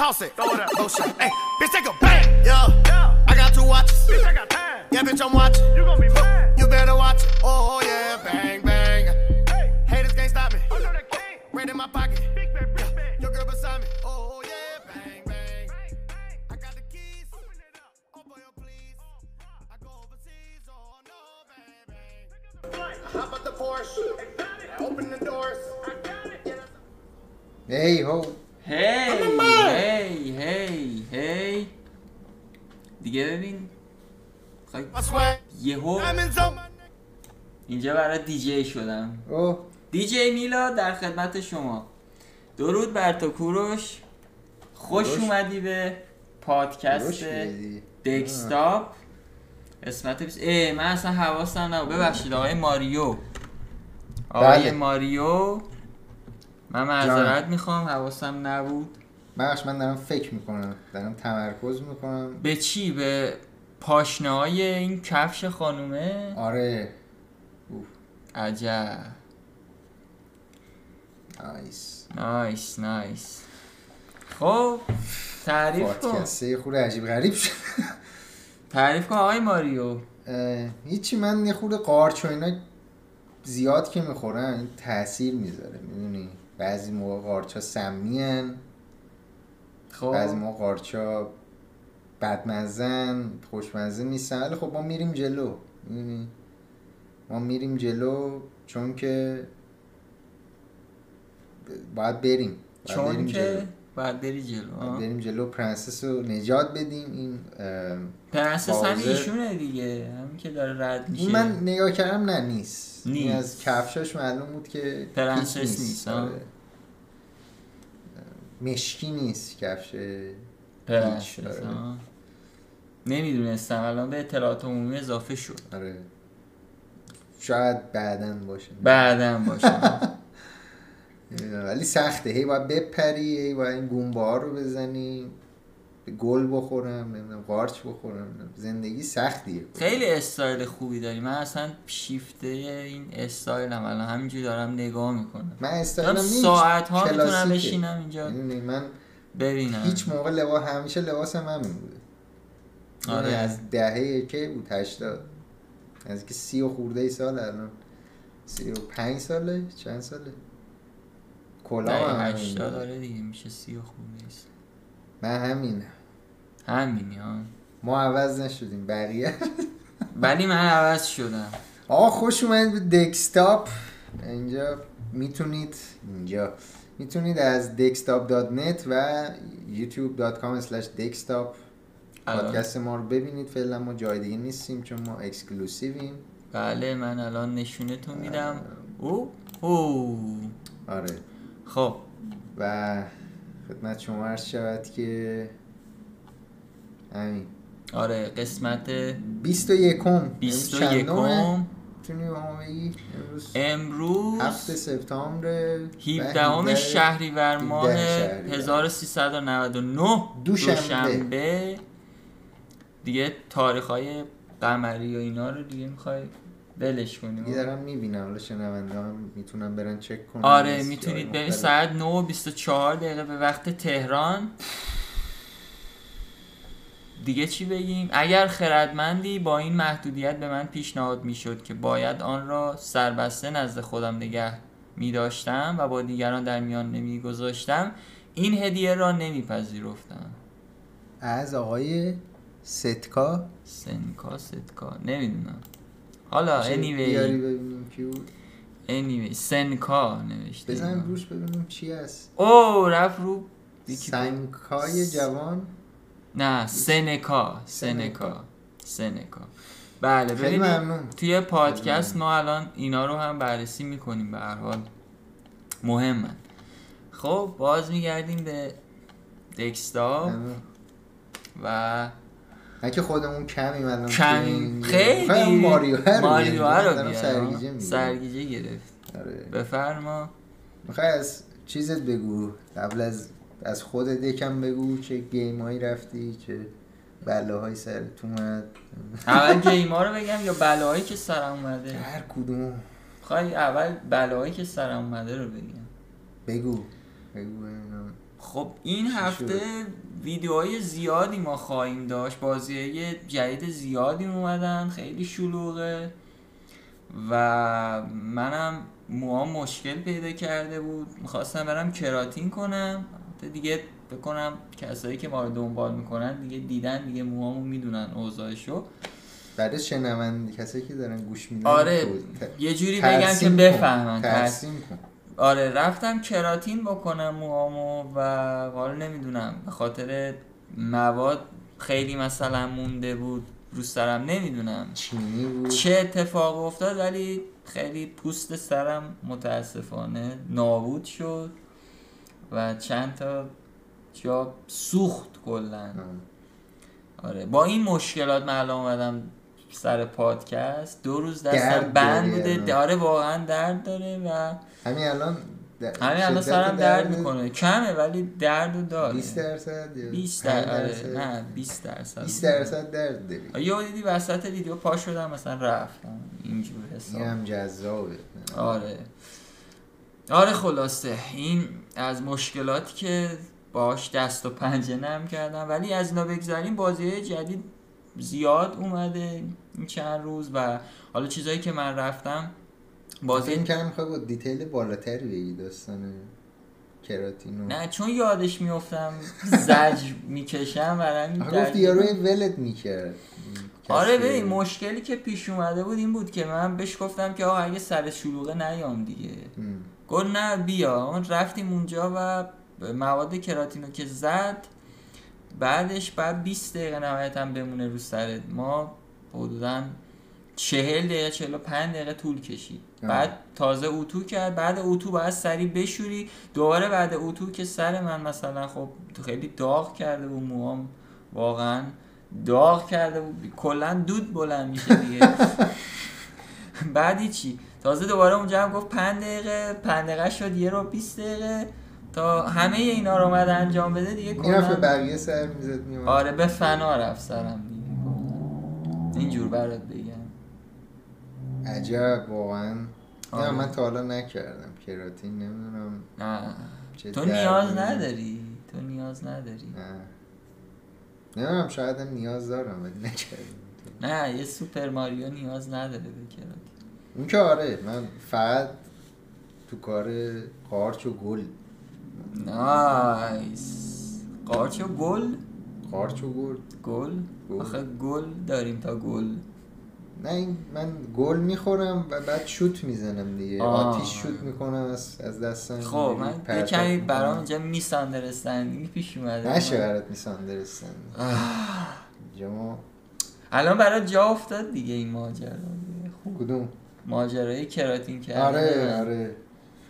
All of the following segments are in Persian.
toss it. Throw it up. Motion. Hey, bitch, take a bang. Yeah. I got two watches. Bitch, I got time. Yeah, bitch, I'm watching. You gonna be mine. You better watch it. Oh, yeah. Bang, bang. Hey, Haters can't stop me. I know that king. Right in my pocket. Big man, big man. Your girl beside me. Oh, yeah. Bang, bang. Bang, bang. I got the keys. Open it Oh, up. boy, oh, please. I go overseas. Oh, no. Bang, bang. Pick up the flight. Hop out the Porsche. I got it. Open the doors. I got it. Yeah, that's- Hey ho هی هی هی هی دیگه ببین خاک- I swear. یهو Diamonds on my neck. اینجا برای دیجی شدم اوه دیجی میلا در خدمت شما درود بر تو کوروش خوش کوروش؟ اومدی به کوروش پادکست میگی؟ دکستاپ قسمت بیست- اه من اصلا حواسم نبود ببخشید آقای ماریو آقای بله. ماریو من معذرت میخوام حواسم نبود بخش من دارم فکر میکنم دارم تمرکز میکنم به چی به پاشنه های این کفش خانومه آره عجب نایس نایس نایس خب تعریف کن پادکست یه خورده عجیب غریب شد تعریف کن آقای ماریو اه، هیچی من یه خورده قارچ و اینا زیاد که میخورن این تاثیر میذاره میدونی بعضی موقع قارچا سمی هن بعضی خب موقع قارچا بدمزن خوشمزه نیستن ولی خب ما میریم جلو میدونی ما میریم جلو چون که ب- باید بریم باید بریم چون جلو. که باید بری جلو باید آه. بریم جلو پرنسس رو نجات بدیم این اه، پرنسس بازه. همین ایشونه دیگه همین که داره رد میشه این من نگاه کردم نه نیست این نیست. از کفشاش معلوم بود که پرنسس هیچ نیست، آه. آره. مشکی نیست کفش پرنسس پیچ، آره. آه. نمیدونستم الان به اطلاعات عمومی اضافه شد آره شاید بعدا باشه بعدم باشه نمی‌دونم. ولی سخته هی باید بپری هی باید این گنبه ها رو بزنی به گل بخورم نمیدونم قارچ بخورم زندگی سختیه خیلی استایل خوبی داری من اصلا شیفته این استایلم الان همینجوری دارم نگاه میکنم من دارم استایلم نیست. ساعت ها میتونم کلاسیکه. بشینم اینجا می‌دونی، من ببینم هیچ موقع لباس همیشه لباس هم همین بوده آره. آره از دهه که بود هشتاد از اینکه سی و خورده ای سال الان سی و پنج ساله چند ساله کلا دقیقه هم همین 80 بوده. داره آره دیگه میشه سی و خورده نیست من همین همینی ها ما عوض نشدیم بقیه ولی من عوض شدم آقا خوش اومدید به دکستاپ اینجا میتونید اینجا میتونید از dextop.net و youtube.com dextop الان. پادکست ما رو ببینید فعلا ما جای دیگه نیستیم چون ما اکسکلوسیویم بله من الان نشونتون میدم او او آره خب و خدمت شما عرض شود که همین آره قسمت یعنی 21 بیست و یکم میتونی به ما بگی امروز هفت امروز سپتامبر و 17 شهریور ماه 17 شهریور. 1399 دوشنبه. دوشنبه دیگه تاریخ های قمری و اینا رو دیگه میخوای بلش دیگه کنیم یعنی دارم میبینم حالا شنونده هم میتونم برن چک کنم آره از جای میتونید ببین مختلف. ساعت 9 و 24 دقیقه به وقت تهران دیگه چی بگیم اگر خردمندی با این محدودیت به من پیشنهاد میشد که باید آن را سربسته نزد خودم نگه می داشتم و با دیگران در میان نمی گذاشتم این هدیه را نمیپذیرفتم از آقای ستکا سنکا ستکا نمیدونم حالا چه بیاری anyway ببینیم کی بود anyway سنکا نوشته بزن اینا. روش ببینیم چی هست او رفت رو ویکی‌پدیا. سنکای جوان نه سنکا سنکا سنکا بله خیلی ببینید ممنون. توی پادکست ما الان اینا رو هم بررسی میکنیم به هر حال مهمن خب باز میگردیم به دکستا ممنون. و نه که خودمون کمیم الان کمیم خیلی خیلی ماریو هر ماریو بیاریم. رو دارم سرگیجه بیارم میگیرم. سرگیجه گرفت آره. بفرما میخوای از چیزت بگو قبل از از خودت یکم بگو چه گیمایی رفتی چه بلاهای سرت اومد اول گیما رو بگم یا بلاهایی که سرم اومده خب، هر کدوم خواهی اول بلاهایی که سرم اومده رو بگم بگو بگو ببینم. خب این هفته ویدیوهای زیادی ما خواهیم داشت بازی جدید زیادی اومدن خیلی شلوغه و منم موها مشکل پیدا کرده بود میخواستم برم کراتین کنم البته دیگه بکنم کسایی که ما رو دنبال میکنن دیگه دیدن دیگه موهامو میدونن اوضاعشو برای شنوند کسایی که دارن گوش میدن آره تو- ت- یه جوری بگم که ترسیم کن. بفهمن ترس- ترسیم کن آره رفتم کراتین بکنم موهامو و حالا نمیدونم به خاطر مواد خیلی مثلا مونده بود رو سرم نمیدونم چینی بود چه اتفاق افتاد ولی خیلی پوست سرم متاسفانه نابود شد و چند تا جا سوخت کلا آه. آره با این مشکلات من الان اومدم سر پادکست دو روز دستم درد بند داری بوده الان. داره واقعا درد داره و همین الان در- همین الان شدت سرم درد میکنه کمه ولی درد رو داره 20 درصد یا 20 5 درصد آره. نه آره، 20 درصد 20 درصد درد داری یه دیدی وسط ویدیو پا شدم مثلا رفتم اینجور حساب این هم جذابه آره آره خلاصه این از مشکلاتی که باش دست و پنجه نرم کردم ولی از اینا بگذاریم بازی جدید زیاد اومده این چند روز و حالا چیزایی که من رفتم بازی بازی کردم میخوای با دیتیل بالاتری بگی داستان کراتینو نه چون یادش میفتم زج میکشم برام آخه گفتی یارو ولت میکرد آره ببین مشکلی که پیش اومده بود این بود که من بهش گفتم که آقا اگه سر شلوغه نیام دیگه گل نه بیا اون رفتیم اونجا و مواد کراتینو که زد بعدش بعد 20 دقیقه نهایتا بمونه رو سرت ما حدودا 40 دقیقه 45 دقیقه طول کشید آه. بعد تازه اتو کرد بعد اتو باید سریع بشوری دوباره بعد اتو که سر من مثلا خب خیلی داغ کرده بود موام واقعا داغ کرده بود کلا دود بلند میشه دیگه بعدی چی تازه دوباره اونجا هم گفت 5 دقیقه 5 دقیقه شد یه رو 20 دقیقه تا همه اینا رو اومد انجام بده دیگه میرفت به کلا بقیه سر میزد میومد آره به فنا رفت سرم دیگه کلاً. اینجور برات بگم عجب واقعا آره. نه من تا حالا نکردم کراتین نمیدونم نه چه تو دردی. نیاز نداری تو نیاز نداری نه نمیدونم شاید هم نیاز دارم ولی نکردم نه یه سوپر ماریو نیاز نداره به کراتین اون که آره من فقط تو کار قارچ و گل نایس قارچ و گل قارچ و گل گل گل. آخه گل داریم تا گل نه این من گل میخورم و بعد شوت میزنم دیگه آه. آتیش شوت میکنم از, از دستم خب اینجوری من یه پرتاب کمی می‌کنم. برام اینجا میساندرستندینگ پیش اومده نشه من- برات میساندرستن اینجا ما الان برات جا افتاد دیگه این ماجرا دیگه. خوب کدوم ماجرای کراتین کردن آره آره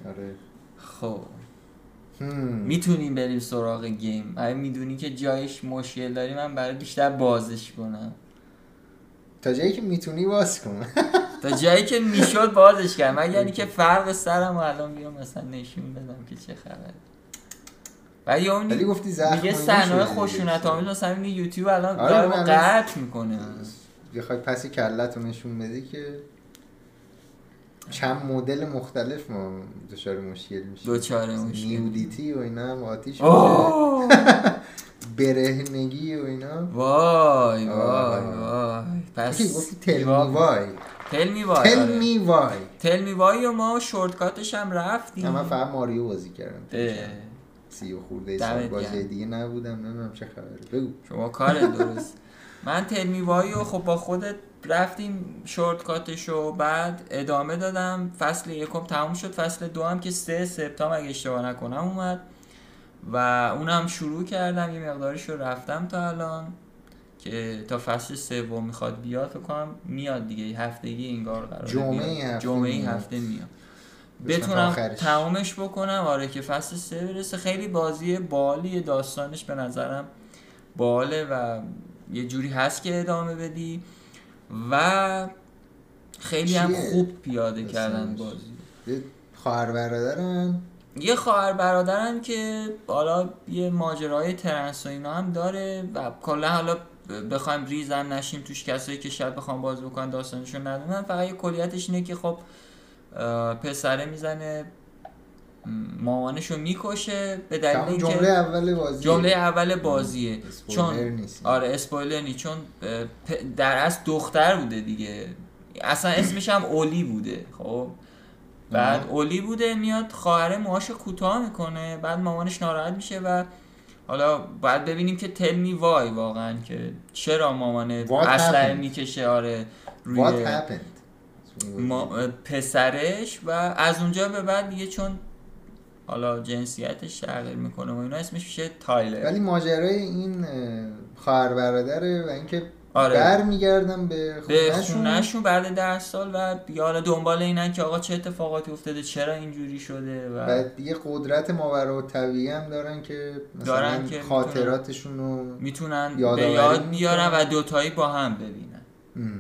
آره خب هم. میتونیم بریم سراغ گیم اگه میدونی که جایش مشکل داری من برای بیشتر بازش کنم تا جایی که میتونی باز کن تا جایی که میشد بازش کردم مگر یعنی که فرق سرم و الان بیام مثلا نشون بدم که چه خبر ولی اون ولی گفتی زخم میگه و اینا صحنه شده. خشونت آمیز مثلا این یوتیوب الان آره، آره من- قطع میکنه بخوای پس کلت رو نشون بدی که چند مدل مختلف ما دچار مشکل میشه دچار مشکل. نیودیتی و اینا هم آتیش میشه اوه برهنگی و اینا وای وای آه. وای پس اوکی، گفتی تل جواب- می وای تل می وای تل آره. می وای تل می وای و ما شورتکاتش هم رفتیم نه، من فقط ماریو بازی کردم اه، سی و خورده دمت سال گرم. بازی دیگه نبودم نمیدونم چه خبره بگو شما کار درست من تل می وای و خب با خودت رفتیم شورتکاتش و بعد ادامه دادم فصل یکم تموم شد فصل دو هم که سه سپتامبر اگه اشتباه نکنم اومد و اونم شروع کردم یه مقدارش رو رفتم تا الان که تا فصل سوم میخواد بیاد فکر کنم میاد دیگه هفتگی انگار قراره جمعه بیاد. هفته جمعه میاد. هفته میاد قسمت بتونم آخرش. تمومش بکنم آره که فصل سه برسه خیلی بازی بالی داستانش به نظرم باله و یه جوری هست که ادامه بدی و خیلی هم چیه؟ خوب پیاده کردن داستانش. بازی یه خواهر برادرن یه خواهر برادرن که حالا یه ماجرای ترنس و اینا هم داره و کلا حالا بخوایم ریزم نشیم توش کسایی که شاید بخوام باز بکنن داستانشون ندونن فقط یه کلیتش اینه که خب اه، پسره میزنه مامانشو میکشه به دلیل تمام اینکه جمله اول بازی جمله اول بازیه اسپویلر چون نیست. آره اسپویلر نیست چون اه، پ- در اصل دختر بوده دیگه اصلا اسمش هم اولی بوده خب بعد اولی بوده میاد خواهر موهاش کوتاه میکنه بعد مامانش ناراحت میشه و حالا باید ببینیم که تل می وای واقعا که چرا مامانه What اسلحه happened? میکشه آره What روی happened ما پسرش و از اونجا به بعد دیگه چون حالا جنسیتش تغییر میکنه و اینا اسمش میشه تایلر ولی ماجرای این اه، خواهر برادره و اینکه آره. بر میگردم به به خونهشون خونهشون بعد ده سال و دیگه حالا دنبال اینن که آقا چه اتفاقاتی افتاده چرا اینجوری شده و و دیگه قدرت ماورا و طبیعی هم دارن که مثلا دارن که خاطراتشون رو میتونن به یادآوری یاد می‌کنن. بیارن و دوتایی با هم ببینن ام.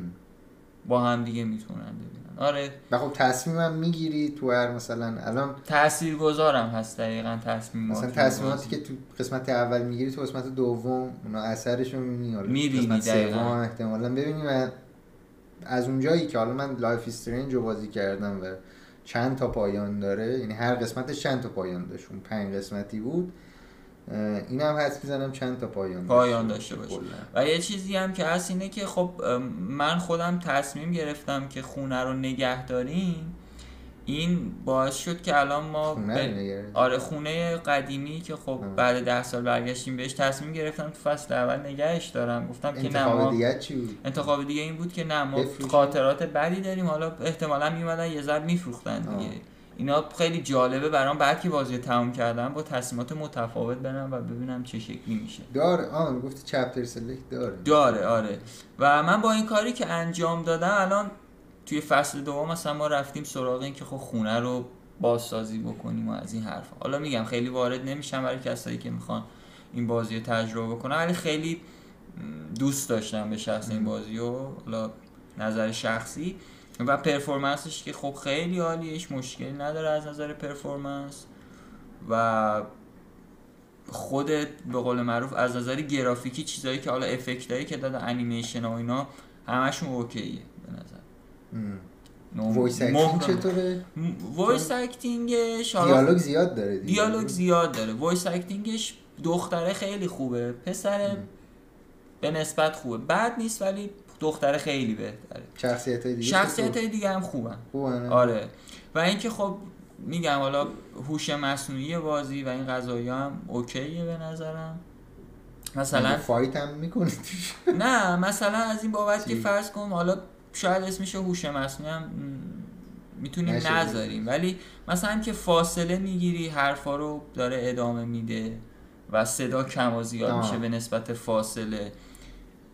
با هم دیگه میتونن ببینن آره و خب تصمیمم میگیری تو هر مثلا الان تأثیر گذارم هست دقیقا تصمیمات مثلا تصمیماتی که تو قسمت اول میگیری تو قسمت دوم اونا اثرش رو میبینی می‌بینی قسمت دقیقاً. سوم هم احتمالا ببینی و از اونجایی که حالا من لایف استرنج رو بازی کردم و چند تا پایان داره یعنی هر قسمتش چند تا پایان داشت اون پنج قسمتی بود اه، اینم حد میزنم چند تا پایان پایان داشته باشه. کلاً. و یه چیزی هم که هست اینه که خب ام، من خودم تصمیم گرفتم که خونه رو نگه داریم این باعث شد که الان ما خونه به- رو نگه داری؟ آره خونه قدیمی که خب آه. بعد ده سال برگشتیم بهش تصمیم گرفتم تو فصل اول نگهش دارم گفتم که نه انتخاب ما دیگه چی بود انتخاب دیگه این بود که نه ما بفروشیم. خاطرات بدی داریم حالا احتمالا میومدن یه ضرب میفروختن دیگه آه. اینا خیلی جالبه برام بعد که بازی رو تموم کردم با تصمیمات متفاوت برم و ببینم چه شکلی میشه داره آن گفتی چپتر سلکت داره داره آره و من با این کاری که انجام دادم الان توی فصل دوم مثلا ما رفتیم سراغ این که خب خونه رو بازسازی بکنیم و از این حرف حالا میگم خیلی وارد نمیشم برای کسایی که میخوان این بازی رو تجربه کنن ولی خیلی م، دوست داشتم به شخص این بازی و حالا نظر شخصی و پرفورمنسش که خب خیلی عالیه هیچ مشکلی نداره از نظر پرفورمنس و خود به قول معروف از نظر گرافیکی چیزایی که حالا افکتایی که داده انیمیشن و اینا همشون اوکیه به نظر ام. نم- وایس مهر- اکشن چطوره م- وایس اکتینگش حالا- دیالوگ زیاد داره دیگه. دیالوگ زیاد داره وایس اکتینگش دختره خیلی خوبه پسر به نسبت خوبه بد نیست ولی دختره خیلی بهتره شخصیت های دیگه شخصیت دیگه هم خوبن خوبه آره و اینکه خب میگم حالا هوش مصنوعی بازی و این قضایی هم اوکیه به نظرم مثلا یعنی فایت هم میکنه نه مثلا از این بابت که چی؟ فرض کنم حالا شاید اسمش هوش مصنوعی هم میتونیم نشه. نذاریم ولی مثلا که فاصله میگیری حرفا رو داره ادامه میده و صدا کم و زیاد آه. میشه به نسبت فاصله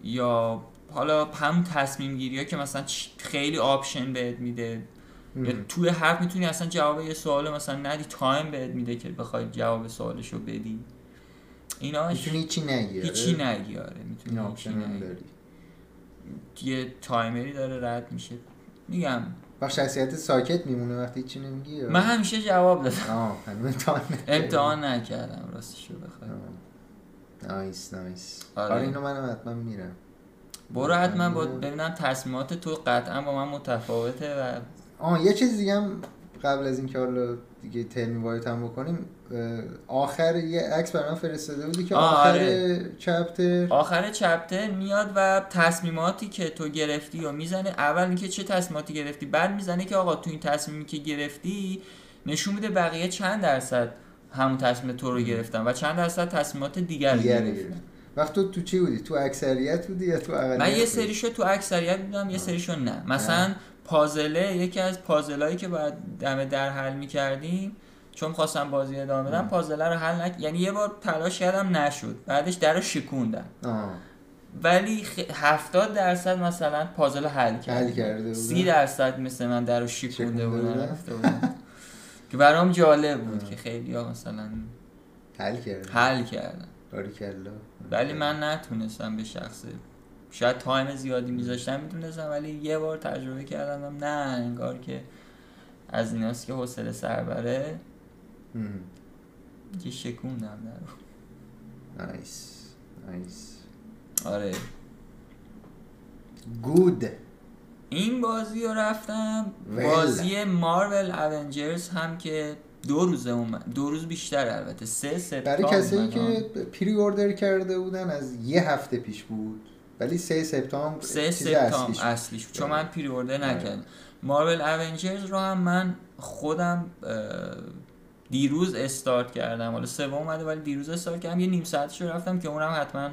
یا حالا هم تصمیم گیری ها که مثلا چ- خیلی آپشن بهت میده یا توی حرف میتونی اصلا جواب یه سوال مثلا ندی تایم بهت میده که بخوای جواب سوالشو بدی اینا میتونی چی نگیره هیچی نگی آره این میتونی هیچی آپشن هم نگی داری یه تایمری داره رد میشه میگم وقت شخصیت ساکت میمونه وقتی چی نمیگی آره. من همیشه جواب دادم آه هنوز امتحان نکردی. امتحان نکردم راستشو بخوای آه. نایس نایس آره. آره اینو منم حتما میرم برو حتما با ببینم تصمیمات تو قطعا با من متفاوته و آه یه چیز دیگه هم قبل از اینکه حالا دیگه ترمی وایت هم بکنیم اه، آخر یه عکس برام فرستاده بودی که آه، آخر آره. چپتر آخر چپتر میاد و تصمیماتی که تو گرفتی یا میزنه اول اینکه چه تصمیماتی گرفتی بعد میزنه که آقا تو این تصمیمی که گرفتی نشون میده بقیه چند درصد همون تصمیم تو رو گرفتن و چند درصد تصمیمات دیگر رو دیگری گرفتن گرفت وقت تو تو چی بودی تو اکثریت بودی یا تو اقلیت من یه بودی؟ سریشو تو اکثریت دیدم یه سریشو نه مثلا پازله یکی از پازلایی که باید دم در حل میکردیم چون خواستم بازی ادامه بدم پازله رو حل نک... یعنی یه بار تلاش کردم نشد بعدش در رو شکوندم آه. ولی خ... 70 درصد مثلا پازل حل کرد حل کرده بودن. 30 درصد مثل من در رو شکونده شکونده بودن بودن. رفته بودن که برام جالب بود که خیلی ها مثلا حل کردی حل کردن باریکلا ولی من نتونستم به شخصه شاید تایم زیادی میذاشتم میتونستم ولی یه بار تجربه کردم دیدم نه انگار که از ایناست که حوصله سر بره مم. که شکوندم در رو. نایس نایس آره گود این بازی رو رفتم ول. بازی مارول اونجرز هم که دو روز اومد دو روز بیشتر البته سه سپتامبر برای کسایی اومد. که پری اوردر کرده بودن از یه هفته پیش بود ولی سه سپتامبر سه چیز سپتامبر اصلیش. اصلیش بود. چون من پری اوردر آره. نکردم مارول اونجرز رو هم من خودم اه، دیروز استارت کردم حالا سوم اومده ولی دیروز استارت کردم یه نیم ساعتش رو رفتم که اونم حتما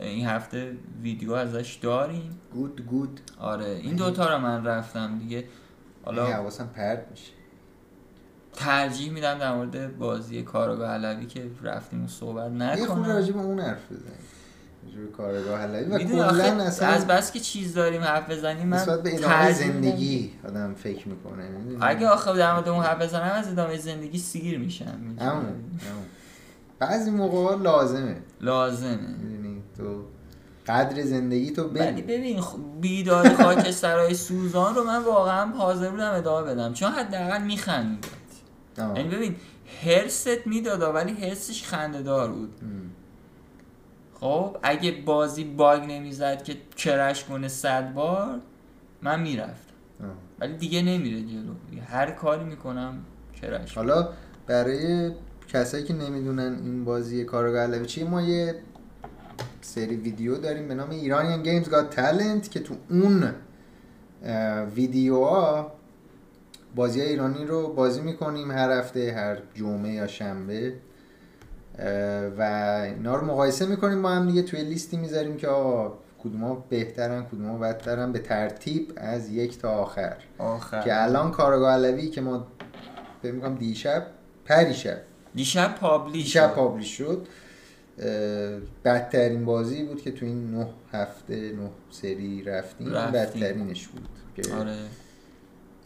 این هفته ویدیو ازش داریم گود گود آره این دوتا رو من رفتم دیگه حالا حالا یعنی حواسم پرت میشه ترجیح میدم در مورد بازی کارگاه علوی که رفتیم و صحبت یه خود نکنم راجع به اون حرف بزنیم راجع به کارگاه حلبی و می‌دونی آخه کلا اصلا از بس که چیز داریم حرف بزنیم من نسبت به ادامه ترجیح میدم- زندگی آدم فکر میکنه اگه آخه در مورد اون حرف بزنم از ادامه زندگی سیر میشم همون همون. بعضی موقع لازمه لازمه میدونی تو قدر زندگی تو ولی بدی ببین خ- بیدار خاکسترهای سوزان رو من واقعا حاضر بودم ادامه بدم چون حداقل میخندید آه. یعنی ببین هرست میدادا ولی هرسش خنده دار بود ام. خب اگه بازی باگ نمیزد که کرش کنه صد بار من میرفتم آه. ولی دیگه نمیره جلو هر کاری میکنم کرش حالا برای کسایی که نمیدونن این بازی کارگاه علوی چیه ما یه سری ویدیو داریم به نام ایرانیان گیمز گاد تالنت که تو اون اه، ویدیوها بازی ایرانی رو بازی میکنیم هر هفته هر جمعه یا شنبه اه، و اینا رو مقایسه میکنیم با هم دیگه توی لیستی میذاریم که آقا کدوما بهترن کدوما بدترن به ترتیب از یک تا آخر آخر که الان کارگاه علوی که ما فکر می‌کنم دیشب پریشب دیشب پابلیش دیشب شد. پابلیش شد اه، بدترین بازی بود که تو این نه هفته نه سری رفتیم, رفتیم. بدترینش بود که آره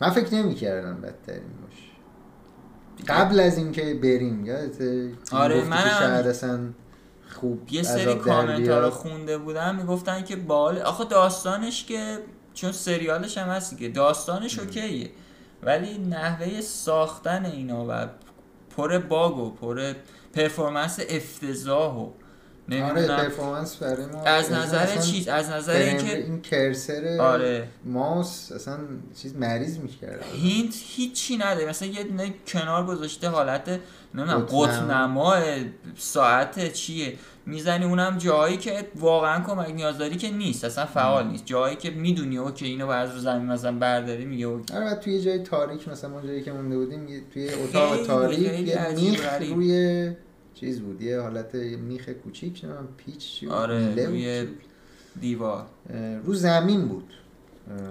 من فکر نمی‌کردم بدترین باشه قبل از اینکه بریم یادته آره، گفتی منم- که شاید اصلا خوب یه عذاب سری در کامنت ها بیاد. رو خونده بودم میگفتن که بال آخه داستانش که چون سریالش هم هست که داستانش اوکیه ولی نحوه ساختن اینا و پر باگ و پر پرفورمنس افتضاح و آره نمیدونم پرفورمنس برای ما یعنی از نظر آره، اصلا چیز از نظر فریم- اینکه این کرسر آره ماوس اصلا چیز مریض میکرد هینت هیچی نده مثلا یه دونه کنار گذاشته حالت نمیدونم قطب‌نما. قطنما ساعت چیه میزنی اونم جاهایی که واقعا کمک نیاز داری که نیست اصلا فعال نیست جاهایی که میدونی اوکی اینو باید از رو زمین مثلا برداری میگه اوکی آره بعد توی یه جای تاریک مثلا اون جایی که مونده بودیم یه- توی اتاق خیلی- تاریک خیلی یه عجیب میخ غریب. روی چیز بود یه حالت یه میخ کوچیک چه می‌دونم پیچ چی بود؟ آره میله بود، روی چی بود؟ دیوار اه، رو زمین بود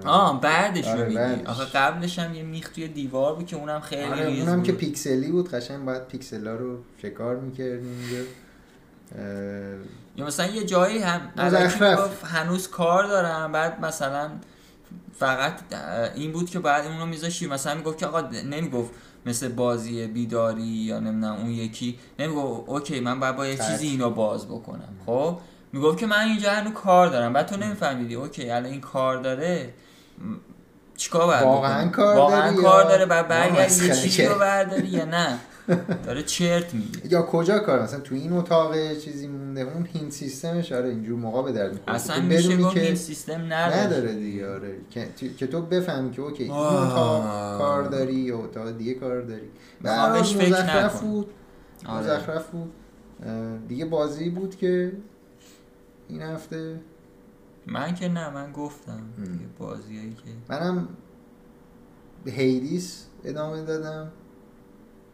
آه بعدش آره، رو میگی بعدش. آخه قبلش هم یه میخ توی دیوار بود که اونم خیلی آره ریز اونم بود. که پیکسلی بود قشنگ باید پیکسلا رو شکار میکردیم اینجا اه، یا مثلا یه جایی هم مزخرف. الکی میگفت هنوز کار دارم بعد مثلا فقط این بود که بعد اونو میذاشی مثلا میگفت که آقا نمیگفت مثل بازی بیداری یا نمیدونم اون یکی نمیگفت اوکی من باید با یه ترک. چیزی اینو باز بکنم خب میگفت که من اینجا هنوز کار دارم بعد تو نمیفهمیدی اوکی الان این کار داره م، چیکار باید واقعاً بکنم؟ کار واقعا داری یا- کار داره بعد ما برگردی یه مسخره چیزی رو کرد. برداری یا نه داره چرت میگه یا کجا کار مثلا تو این اتاق چیزی مونده اون هین سیستمش آره اینجور موقع به درد می‌خوره. اصلا تو میشه خب، بدونی گفت که- این سیستم نداره نداره دیگه آره که, تو- که تو بفهمی که اوکی این آه. اتاق کار داری یا اتاق دیگه کار داری به هر حال همش فکر مزخرف نکن. بود آره. مزخرف بود اه، دیگه بازی بود که این هفته من که نه من گفتم ام. یه بازیایی که منم به هیدیس ادامه دادم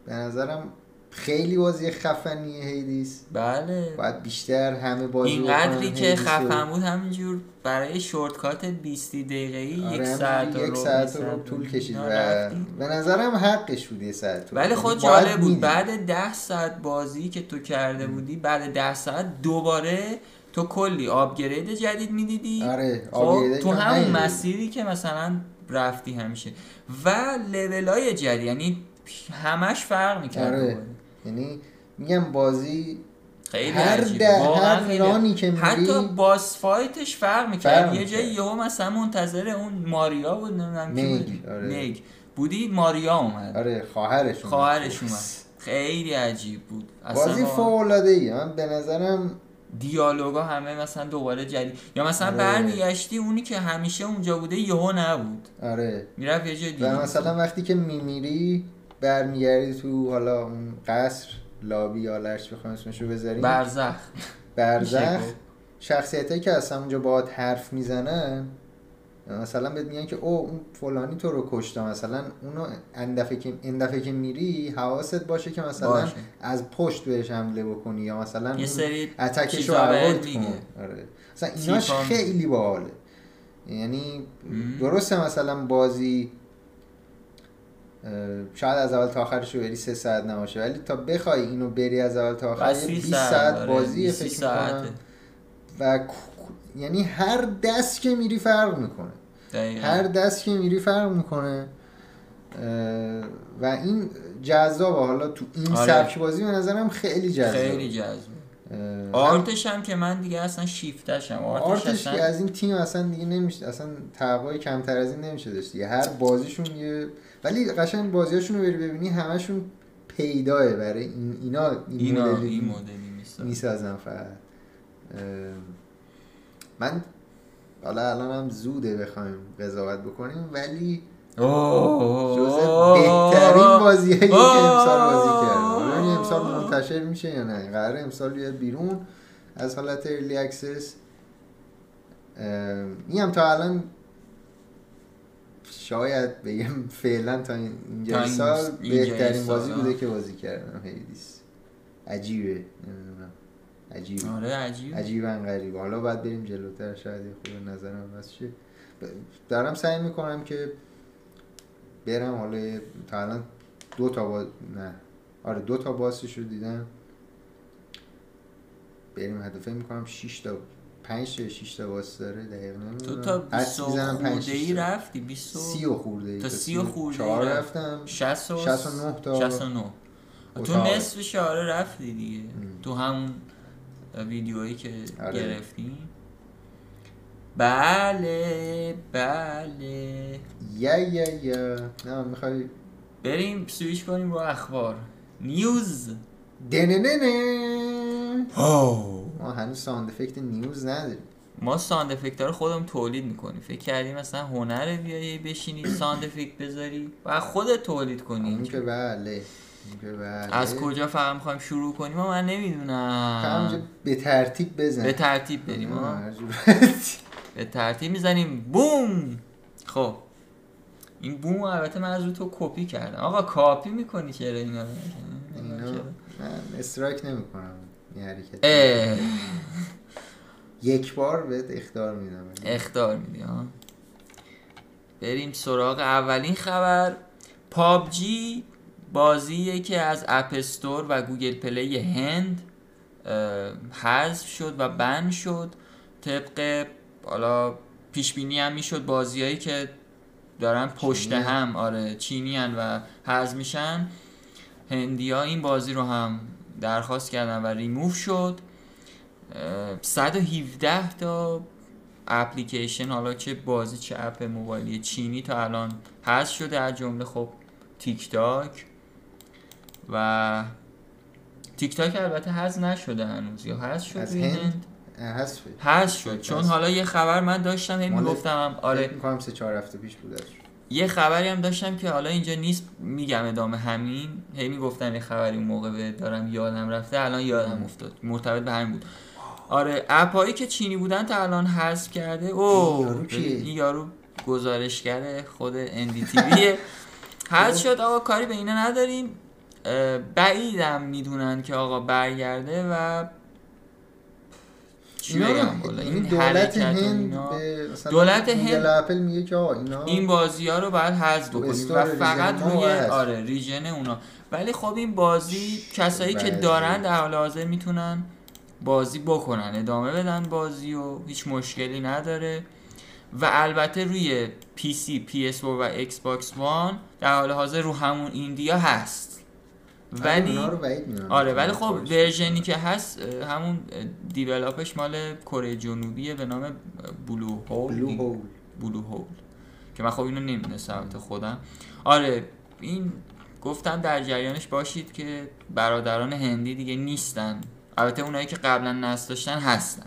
به نظرم خیلی بازی خفنیه هیدیس بله باید بیشتر همه بازی اینقدری بکنن که هیدیس رو. خفن بود همینجور برای شورتکات 20 دقیقه ای آره، یک همینجوری ساعت و یک ربع، ساعت ساعت و ربع طول کشید اینا و رفتیم. به نظرم حقش بود یه ساعت یعنی و آره، ولی ربع. خود باید جالب بود می‌دید. بعد 10 ساعت بازی که تو کرده بودی بعد 10 ساعت دوباره تو کلی آپگرید جدید میدیدی آره خب آبیده تو که همون نه. مسیری که مثلا رفتی همیشه و لول های جدید یعنی همش فرق میکرد آره. یعنی میگم بازی خیلی هر عجیبه. ده- واقعا هر خیلی- رانی که میری- حتی باس فایتش فرق میکرد فرق یه جایی می‌کرد. یهو مثلا منتظر اون ماریا بود نمیدونم کی میگ، بود. آره. میگ بودی ماریا اومد آره خواهرش اومد. خواهرش اومد خیلی عجیب بود اصلا بازی واقعا. فوق العاده ای من به نظرم دیالوگا همه مثلا دوباره جدید یا مثلا آره. برمیگشتی اونی که همیشه اونجا بوده یهو نبود آره میرفت یه جای دیگه و مثلا وقتی که میمیری برمیگردی تو حالا اون قصر لابی یا لرچ بخوایم اسمشو بذاریم برزخ میشه برزخ گفت. شخصیت که اصلا اونجا باهات حرف میزنن مثلا بهت میگن که او اون فلانی تو رو کشته مثلا اونو این دفعه که این دفعه که میری حواست باشه که مثلا باشه. از پشت بهش حمله بکنی یا مثلا یه اون سری اتکش رو چیزا بهت avoid میگه. کن آره. مثلا ایناش تیپا. خیلی باحاله یعنی مم. درسته مثلا بازی اه، شاید از اول تا آخرش رو بری سه ساعت نباشه ولی تا بخوای اینو بری از اول تا آخر یه بس 20 سی ساعت آره، بازی 20 فکر ساعته میکنم و کو- یعنی هر دست که میری فرق میکنه دقیقاً. هر دست که میری فرق میکنه و این جذابه حالا تو این آره. سبک بازی به نظرم خیلی جذابه خیلی جذاب اه، آرتش هم که من دیگه اصلا شیفتشم آرتش, آرتش که اصلا از این تیم اصلا دیگه نمیشه اصلا تقوای کمتر از این نمیشه داشت دیگه هر بازیشون یه ولی قشنگ بازیاشون رو بری ببینی همشون پیداه برای این اینا این اینا مدلی این مدلی نیست میسازن فقط اه، من حالا الان هم زوده بخوایم قضاوت بکنیم ولی جزء آره، بهترین بازیایی که امسال بازی کرده ببینیم امسال منتشر میشه یا نه قرار امسال بیاد بیرون از حالت ارلی اکسس میم تا الان شاید بگم فعلا تا این- تا اینجا این- سال اینجای بهترین سال، بازی آه. بوده که بازی کردم هیدیس عجیبه نمیدونم عجیبه آره عجیب عجیب و غریب حالا باید بریم جلوتر شاید یه خود نظرم عوض شه. ب- دارم سعی میکنم که برم حالا یه- تا الان دو تا باز نه آره دو تا بازش رو دیدم بریم حد فکر میکنم 6 تا 5 تا 6 تا باز داره دقیقا نمیدونم تو تا حدس 20 میزنم پنج، خورده شیش ای تا. رفتی 20 سی و خورده ای تا سی و خورده ای چهار رفت. رفتم 60 و 69 تا 69 تو اتاق. نصفش آره رفتی دیگه ام. تو همون ویدیویی که آره. گرفتیم بله بله یا یا یا نه میخوای بریم سویش کنیم رو اخبار نیوز دنننه ما هنوز ساوند افکت نیوز نداریم ما ساند افکت رو خودم تولید میکنیم فکر کردیم مثلا هنره بیای بشینی ساند افکت بذاری و خودت تولید این کنی که بله این که بله از کجا فقط میخوایم شروع کنیم آه، من همونجا نمیدونم به ترتیب بزن به ترتیب بریم آه، آه. هر جور. به ترتیب میزنیم بوم خب این بوم رو البته من از رو تو کپی کردم آقا کاپی میکنی چرا اینا رو؟ اینا من استرایک نمیکنم این حرکت اه، یک بار بهت اختار میدم اخطار میدی ها بریم سراغ اولین خبر پابجی بازیه که از اپ استور و گوگل پلی هند اه، حذف شد و بند شد طبق حالا پیش بینی هم میشد بازیایی که دارن پشت چینی. هم آره چینی هن و حذف میشن هندی ها این بازی رو هم درخواست کردن و ریموو شد اه، 117 تا اپلیکیشن حالا چه بازی چه اپ موبایلی چینی تا الان حذف شده از جمله خب تیک تاک و تیک تاک البته حذف نشده هنوز یا حذف شد از توی هند؟ هند هست حذف شد چون حذف. حالا یه خبر من داشتم همین مال- میگفتم آره آره میکنم سه چهار هفته پیش بوده یه خبری هم داشتم که حالا اینجا نیست میگم ادامه همین هی میگفتم یه خبری اون موقع به دارم یادم رفته الان یادم افتاد مرتبط به همین بود آره اپایی که چینی بودن تا الان حذف کرده این او یارو کیه؟ این یارو گزارشگر خود اندیتیویه حذف شد آقا کاری به اینا نداریم اه، بعیدم میدونن که آقا برگرده و چی اینا بگم رو- والا، یعنی این دولت حرکت و هند اینا- به مثلا دولت گوگل هند- و اپل میگه که آقا اینا این بازی ها رو باید حذف تو بکنیم استور و ریژن فقط ما روی باید حذف. آره ریژن اونا ولی خب این بازی کسایی که بعضی. دارن در حال حاضر میتونن بازی بکنن ادامه بدن بازی و هیچ مشکلی نداره و البته روی PC, PS4 و ایکس باکس وان در حال حاضر رو همون ایندیا هست ولی آره، اونا رو بعید میدونم آره ولی خب ورژنی که هست اه، همون دیولاپش مال کره جنوبیه به نام بلو هول بلو دی- هول بلو هول که من خب اینو نمیدونستم البته خودم آره این گفتم در جریانش باشید که برادران هندی دیگه نیستن البته اونایی که قبلا نسل داشتن هستن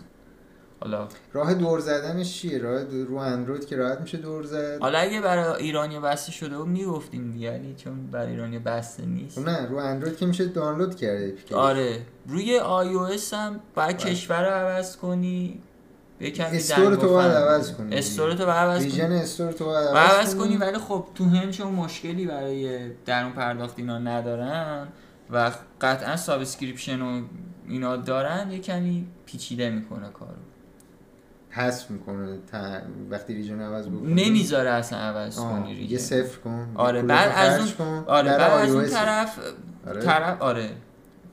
حالا راه دور زدنش چیه راه دو- رو اندروید که راحت میشه دور زد حالا اگه برای ایرانیا بسته شده بود میگفتیم دیگه ولی چون برای ایرانیا بسته نیست خب نه رو اندروید که میشه دانلود کرده اپلیکیشن. آره روی آی او اس هم باید کشور رو عوض کنی یکم بله. استور تو باید عوض کنی. استور تو باید عوض کنی ویژن استور تو باید و عوض کنی ولی خب تو هند چون مشکلی برای درون پرداخت اینا ندارن و قطعا سابسکریپشن و اینا دارن یه کمی پیچیده میکنه کارو حذف میکنه تا... وقتی ویژن عوض بکنی نمیذاره اصلا عوض آه، کنی یه ریجن. صفر کن آره پولتو بعد از خرج اون کن. آره برای بعد از اون iOS. طرف آره. طرف آره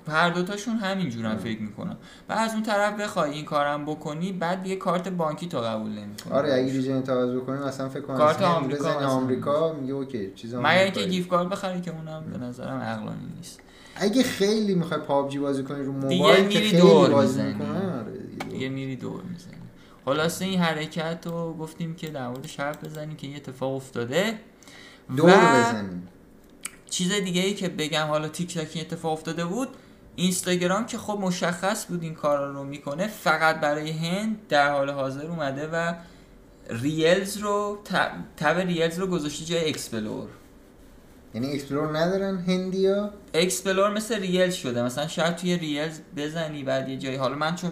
هر دوتاشون همین جورن آره. فکر میکنم بعد از اون طرف بخوای این کارم بکنی بعد یه کارت بانکی تو قبول نمیکنه آره اگه ریجن تو عوض بکنیم مثلا فکر کنم کارت اسم هم آمریکا بزنی مثلا. آمریکا میگه اوکی چیز مگر اینکه آمریکایی. گیف کارت بخری که اونم به نظرم عقلانی نیست اگه خیلی میخوای پابجی بازی کنی رو دیگه موبایل که میری خیلی دور بازی میزنی. میکنه آره دیگه دور. دیگه میری دور میزنی خلاصه این حرکت رو گفتیم که در موردش حرف بزنیم که یه اتفاق افتاده دور و بزنی چیز دیگه ای که بگم حالا تیک تاک این اتفاق افتاده بود اینستاگرام که خب مشخص بود این کار رو میکنه فقط برای هند در حال حاضر اومده و ریلز رو تب, تب ریلز رو گذاشته جای اکسپلور یعنی اکسپلور ندارن هندیا اکسپلور مثل ریلز شده مثلا شاید توی ریلز بزنی بعد یه جایی حالا من چون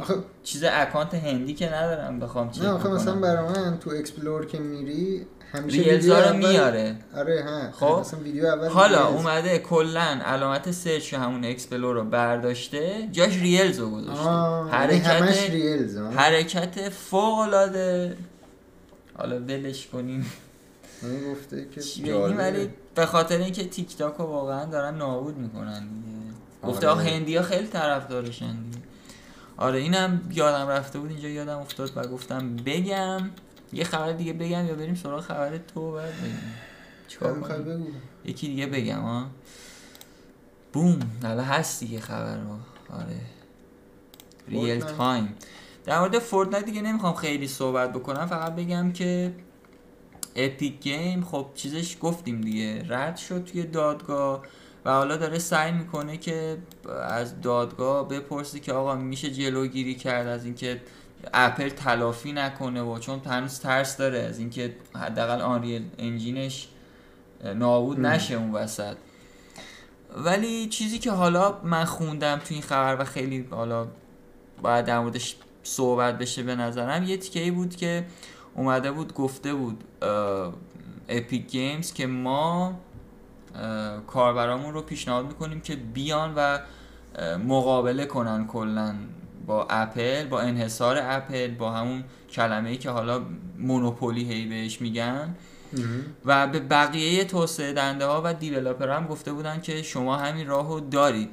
آخه- چیز اکانت هندی که ندارم بخوام چک نه آخه مثلا بکنم. برای من تو اکسپلور که میری همیشه ریلزا ویدیو رو اول- میاره آره ها خب. خب مثلا ویدیو اول حالا ریلز. اومده کلا علامت سرچ همون اکسپلور رو برداشته جاش ریلز رو گذاشته آه، یعنی همش حرکت ریلز ها. حرکت فوق العاده حالا ولش کنیم یعنی گفته که چی بگیم ولی جالبه. به خاطر اینکه تیک تاک رو واقعا دارن نابود میکنن دیگه گفته آره. آه هندی ها خیلی طرفدارشن دیگه آره اینم یادم رفته بود اینجا یادم افتاد و گفتم بگم یه خبر دیگه بگم یا بریم سراغ خبر تو بعد بگیم آره، چیکار می‌خوای کنیم؟ بگو یکی دیگه بگم ها بوم حالا هست دیگه خبر ما آره ریل فورتنایت. تایم در مورد فورتنایت دیگه نمیخوام خیلی صحبت بکنم فقط بگم که اپیک گیم خب چیزش گفتیم دیگه رد شد توی دادگاه و حالا داره سعی میکنه که از دادگاه بپرسه که آقا میشه جلوگیری کرد از اینکه اپل تلافی نکنه و چون هنوز ترس داره از اینکه حداقل آنریل انجینش نابود نشه اون وسط ولی چیزی که حالا من خوندم تو این خبر و خیلی حالا باید در موردش صحبت بشه به نظرم یه تیکه ای بود که اومده بود گفته بود اه، اپیک گیمز که ما اه، کاربرامون رو پیشنهاد میکنیم که بیان و اه، مقابله کنن کلا با اپل با انحصار اپل با همون کلمه ای که حالا مونوپولی هی بهش میگن و به بقیه توسعه دنده ها و دیولاپر هم گفته بودن که شما همین راهو دارید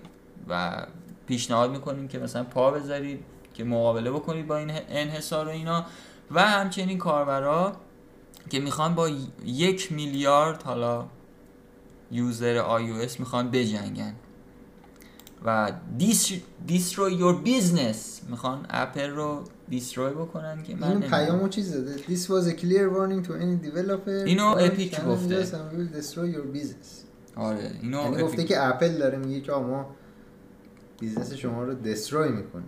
و پیشنهاد میکنیم که مثلا پا بذارید که مقابله بکنید با این انحصار و اینا و همچنین کاربرا که میخوان با یک میلیارد حالا یوزر آی او اس میخوان بجنگن و دیس دیستروی یور بیزنس میخوان اپل رو دیستروی بکنن که من این نمی‌دونم. پیامو چیز داده This was a clear warning to any developer اینو Don't اپیک challenge گفته. us and we will destroy your business آره اینو یعنی اپیک گفته که اپل داره میگه که آقا ما بیزنس شما رو دستروی میکنه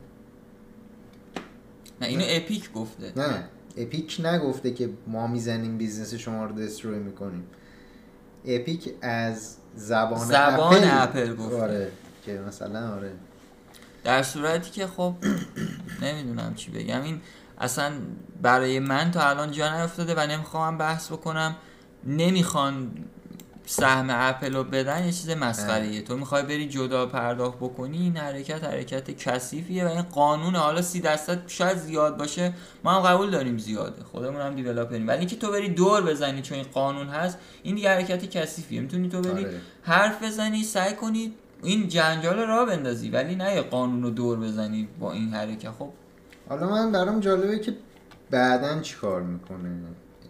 نه اینو اپیک گفته نه اپیک نگفته که ما میزنیم بیزنس شما رو دستروی میکنیم اپیک از زبان, زبان اپل, اپل گفته. آره که مثلا آره در صورتی که خب نمیدونم چی بگم این اصلا برای من تا الان جا نیفتاده و نمیخوام بحث بکنم نمیخوان سهم اپل رو بدن یه چیز مسخریه تو میخوای بری جدا پرداخت بکنی این حرکت حرکت کثیفیه و این قانون حالا سی درصد شاید زیاد باشه ما هم قبول داریم زیاده خودمون هم دیولاپریم ولی اینکه تو بری دور بزنی چون این قانون هست این دیگه حرکت کثیفیه میتونی تو بری آره. حرف بزنی سعی کنی این جنجال رو راه بندازی ولی نه یه قانون رو دور بزنی با این حرکت خب حالا من برام جالبه که بعدا چی کار میکنه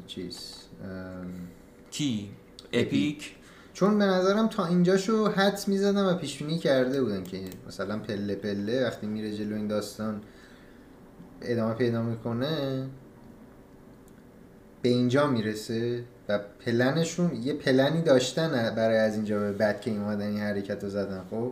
چیز ام، کی اپیک. اپیک چون به نظرم تا اینجاشو حدس میزدم و پیشبینی کرده بودن که مثلا پله پله وقتی میره جلو این داستان ادامه پیدا میکنه به اینجا میرسه و پلنشون یه پلنی داشتن برای از اینجا به بعد که این اومدن این حرکت رو زدن خب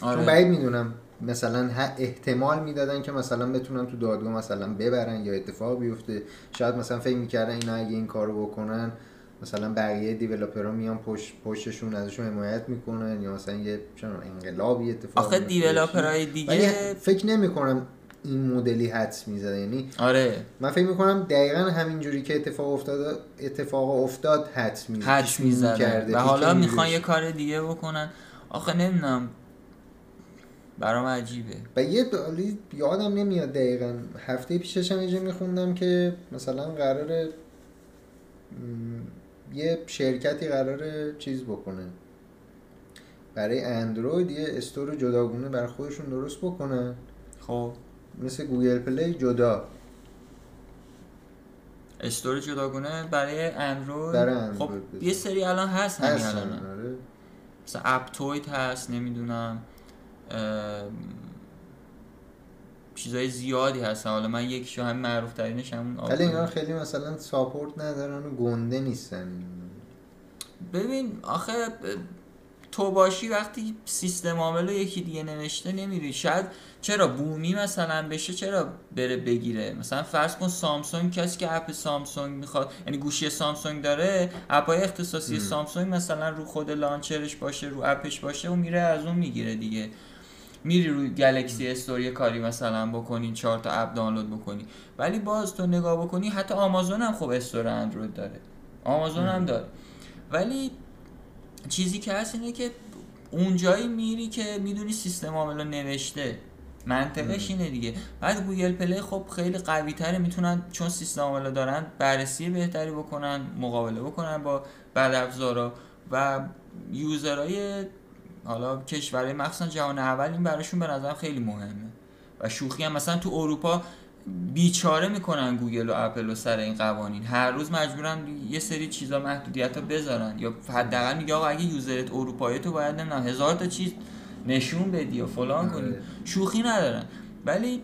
چون آره بعید میدونم مثلا ه- احتمال میدادن که مثلا بتونن تو دادگاه مثلا ببرن یا اتفاق بیفته شاید مثلا فکر میکردن اینا اگه این کارو بکنن مثلا بقیه دیولپرها میان پشت پشتشون ازشون حمایت میکنن یا مثلا یه چه می‌دونم انقلابی اتفاق آخه میفته یا چی. دیولپرای ولی دیگه فکر نمیکنم این مدلی حدس میزده یعنی آره من فکر میکنم دقیقا همینجوری که اتفاق افتاد اتفاق افتاد حدس میزد حدس میزدن و حالا میخوان یه کار دیگه بکنن آخه نمیدونم برام عجیبه و یه دالی یادم نمیاد دقیقا هفته پیشش هم یه جا میخوندم که مثلا قرار یه شرکتی قرار چیز بکنه برای اندروید یه استور جداگونه برای خودشون درست بکنن خب مثل گوگل پلی جدا استوری جداگونه برای اندروید برای اندروید خب بذار. یه سری الان هست همین الان هستن آره. مثلا اپتویت هست نمیدونم چیزای زیادی هستن حالا من یکیشو همین معروف ترینش همون ولی اینا آپتویت. خیلی مثلا ساپورت ندارن و گنده نیستن ببین آخه ب- تو باشی وقتی سیستم عامل رو یکی دیگه نوشته نمیری شاید چرا بومی مثلا بشه چرا بره بگیره مثلا فرض کن سامسونگ کسی که اپ سامسونگ میخواد یعنی گوشی سامسونگ داره اپای اختصاصی سامسونگ مثلا رو خود لانچرش باشه رو اپش باشه و میره از اون میگیره دیگه میری روی گلکسی استور یه کاری مثلا بکنی چهار تا اپ دانلود بکنی ولی باز تو نگاه بکنی حتی آمازون هم خب استور اندروید داره آمازون هم داره ولی چیزی که هست اینه که اونجایی میری که میدونی سیستم عامل رو نوشته منطقش اینه دیگه بعد گوگل پلی خب خیلی قوی تره میتونن چون سیستم عامل رو دارن بررسی بهتری بکنن مقابله بکنن با بد افزارا و یوزرهای حالا کشورهای مخصوصا جهان اول این براشون به نظرم خیلی مهمه و شوخی هم مثلا تو اروپا بیچاره میکنن گوگل و اپل و سر این قوانین هر روز مجبورن یه سری چیزا محدودیت ها بذارن یا حداقل میگه آقا اگه یوزرت اروپایی تو باید نمیدونم هزار تا چیز نشون بدی و فلان کنی آره. شوخی ندارن ولی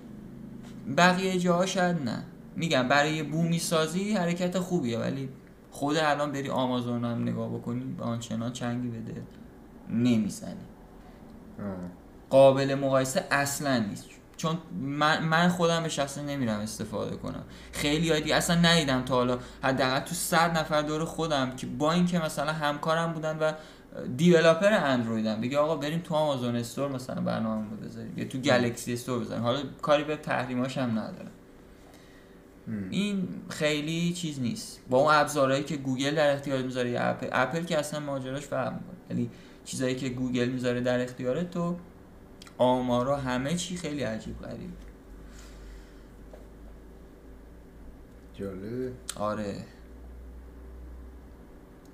بقیه جاها شاید نه میگم برای بومی سازی حرکت خوبیه ولی خود الان بری آمازون هم نگاه بکنی به آنچنان چنگی بده نمیزنی آه. قابل مقایسه اصلا نیست چون من, من خودم به شخصه نمیرم استفاده کنم خیلی دیگه اصلا ندیدم تا حالا حداقل تو صد نفر دور خودم که با اینکه مثلا همکارم بودن و دیولاپر اندرویدم بگه آقا بریم تو آمازون استور مثلا برنامه رو بذاریم یا تو گلکسی استور بذاریم حالا کاری به تحریماش هم ندارم ام. این خیلی چیز نیست با اون ابزارهایی که گوگل در اختیار میذاره یا اپل اپل که اصلا ماجراش فرق میکنه یعنی چیزایی که گوگل میذاره در اختیار تو آمارا همه چی خیلی عجیب غریب جالبه آره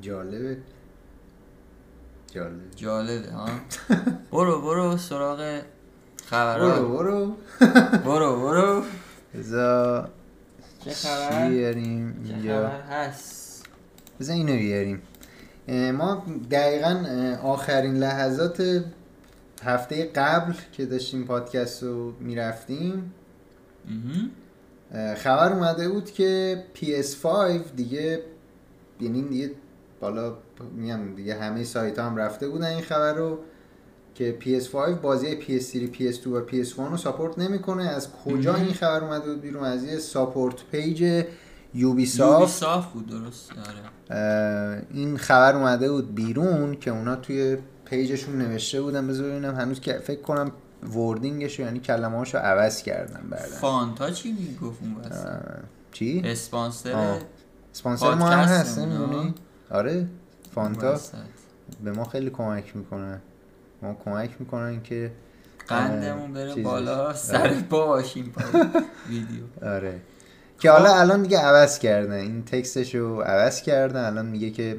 جالبه جالبه جالبه ها برو برو سراغ خبرات برو برو برو برو بزا چه چی خبر بیاریم چه اینجا خبر هست بزا اینو بیاریم اه، ما دقیقا اه، آخرین لحظات هفته قبل که داشتیم پادکست رو میرفتیم مهم. خبر اومده بود که PS5 دیگه یعنی دیگه بالا میگم دیگه همه سایت هم رفته بودن این خبر رو که PS5 بازی PS3, PS2 و PS1 رو ساپورت نمیکنه از کجا مم. این خبر اومده بود بیرون از یه ساپورت پیج یوبیسافت یوبی صاف بود درست آره اه، این خبر اومده بود بیرون که اونا توی پیجشون نوشته بودن بذار ببینم هنوز که فکر کنم وردینگش یعنی کلمه هاشو عوض کردن بله. بعدن فانتا چی میگفت اون وسط؟ اه، چی؟ آه. اسپانسر اسپانسر ما هم پادکست هست اونا. نمیدونی آره فانتا وسط. به ما خیلی کمک میکنن ما کمک میکنن که قندمون بره چیزش. بالا سر آره. پا باشیم پای ویدیو آره که حالا الان دیگه عوض کردن این تکستش رو عوض کردن الان میگه که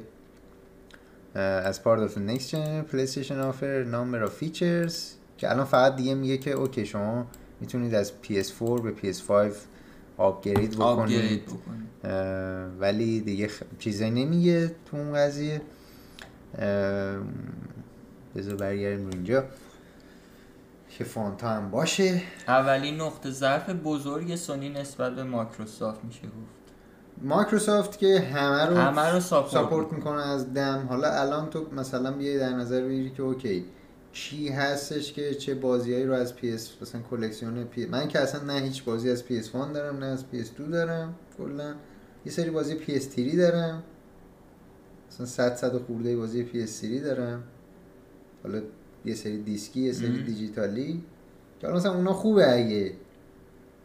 اه، as part of the next gen PlayStation offer number of features که الان فقط دیگه میگه که اوکی شما میتونید از PS4 به PS5 آپگرید بکنید آپگرید بکنیم اه، ولی دیگه خ... چیزایی نمیگه تو اون قضیه اه، بذار برگردیم رو اینجا که فانتا هم باشه اولین نقطه ضعف بزرگ سونی نسبت به مایکروسافت میشه گفت مایکروسافت که همه رو, همه رو ساپورت ساپورت می‌کنه. میکنه از دم حالا الان تو مثلا بیای در نظر بگیری که اوکی چی هستش که چه بازیایی رو از PS مثلا کلکسیون پی من که اصلا نه هیچ بازی از PS1 دارم نه از PS2 دارم کلا یه سری بازی PS3 دارم مثلا 100 100 خورده بازی PS3 دارم حالا یه سری دیسکی یه سری مم. دیجیتالی که حالا مثلا اونا خوبه اگه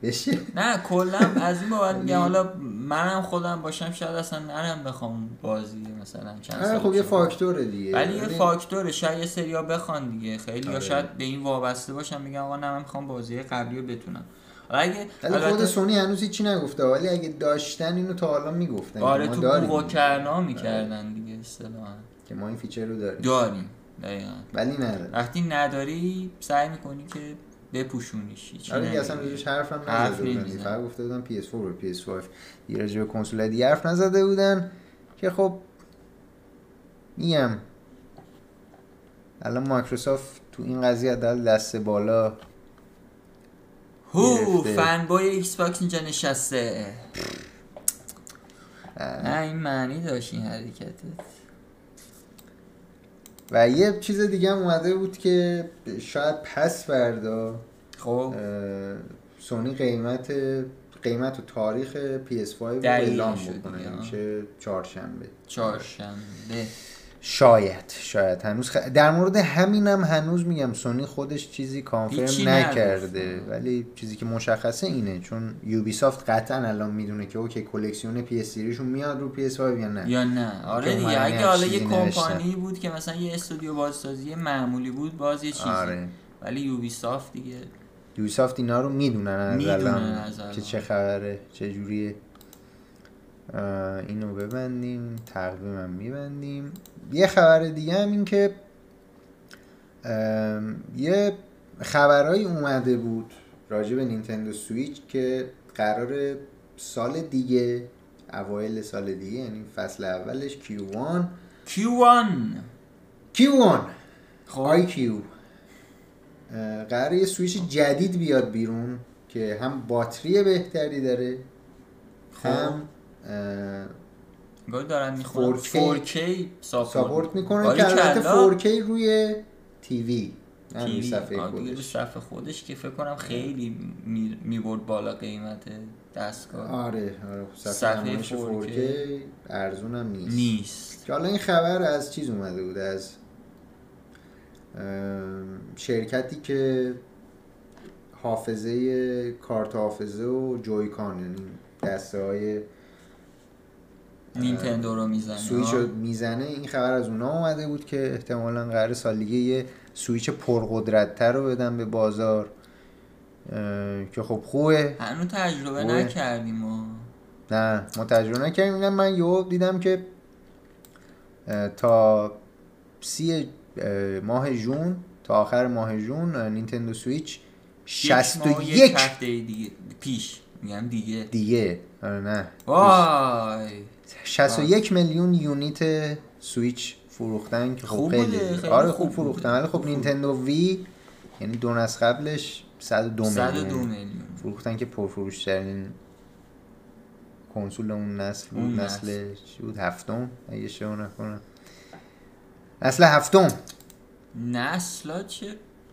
بشه نه کلا از این بابت میگم یعنی- حالا منم خودم باشم شاید اصلا نرم بخوام بازی مثلا چند آره سال خب یه پیش. فاکتوره دیگه ولی یه ولی- فاکتوره شاید یه سریا بخوان دیگه خیلی یا آره. شاید به این وابسته باشن میگن آقا نه من میخوام بازی قبلی رو بتونم حالا اگه ولی خود البته- سونی هنوز هیچی نگفته ولی اگه داشتن اینو تا حالا میگفتن آره ما تو داریم. آره. بو و کرنا میکردن دیگه اصطلاحا که ما این فیچر رو داریم داریم دقیقا ولی نداره وقتی نداری سعی میکنی که بپوشونیش هیچی آره دیگه نگی. اصلا راجبش حرف هم حرف نزده بودن نمی‌زنه. فقط گفته بودن PS4 و PS5 دیگه راجع به کنسول دیگه حرف نزده بودن که خب میگم الان مایکروسافت تو این قضیه دل دست بالا هو گرفته. فن بای ایکس باکس اینجا نشسته نه این معنی داشت این حرکتت و یه چیز دیگه هم اومده بود که شاید پس فردا خب اه، سونی قیمت قیمت و تاریخ PS5 رو دقیق اعلام شد دیگه، بکنه آه. میشه چهارشنبه چهارشنبه شاید شاید هنوز خ... در مورد همینم هنوز میگم سونی خودش چیزی هیچی کانفرم نگفت. نکرده ولی چیزی که مشخصه اینه چون یوبیسافت قطعا الان میدونه که اوکی کلکسیون PS شون میاد رو PS5 یا نه یا نه آره که دیگه اومدن اگه یه حالا چیزی یه نوشتن. کمپانی بود که مثلا یه استودیو بازسازی معمولی بود باز یه چیزی آره ولی یوبی سافت دیگه یوبیسافت اینا رو میدونن از میدونن الان از الان. که چه خبره چه جوریه اه، اینو ببندیم تقویمم میبندیم یه خبر دیگه هم این که ام، یه خبرهایی اومده بود راجع به نینتندو سویچ که قرار سال دیگه اوایل سال دیگه یعنی فصل اولش Q1 Q1 Q1 خب آی کیو اه، قراره یه سویچ جدید بیاد بیرون که هم باتری بهتری داره خب، هم اه، گاهی دارن میخورن 4K 4K ساپورت ساپورت آره، میکنه که باریکلا. البته 4K روی تیوی نه روی تیوی. صفحه آه، دیگه رو خودش صفحه خودش که فکر کنم خیلی می- میبرد بالا قیمت دستگاه آره آره خب صفحه صفحه نمایش 4K 4K ارزون هم نیست نیست که حالا این خبر از چیز اومده بود از ام، شرکتی که حافظه کارت حافظه و جویکان یعنی دسته های نینتندو رو میزنه آره. سویچ آه. رو میزنه این خبر از اونا اومده بود که احتمالا قرار سال دیگه یه سویچ پرقدرتتر رو بدن به بازار اه، که خب خوبه هنوز تجربه اوه. نکردیم و نه ما تجربه نکردیم اینم من یهو دیدم که اه، تا سی اه، ماه جون تا آخر ماه جون اه، نینتندو سویچ یک 61 هفته دیگه پیش میگم دیگه دیگه آره نه وای 61 میلیون یونیت سویچ فروختن که خب خوب خیلی بوده، خیلی آره خوب خوب بوده. فروختن ولی خب خوب نینتندو وی یعنی دو از قبلش 102 102 میلیون میلیون فروختن که پرفروشترین کنسول اون نسل بود اون نسل, نسل. چی بود هفتم اگه اشتباه نکنم نسل هفتم نسلا چه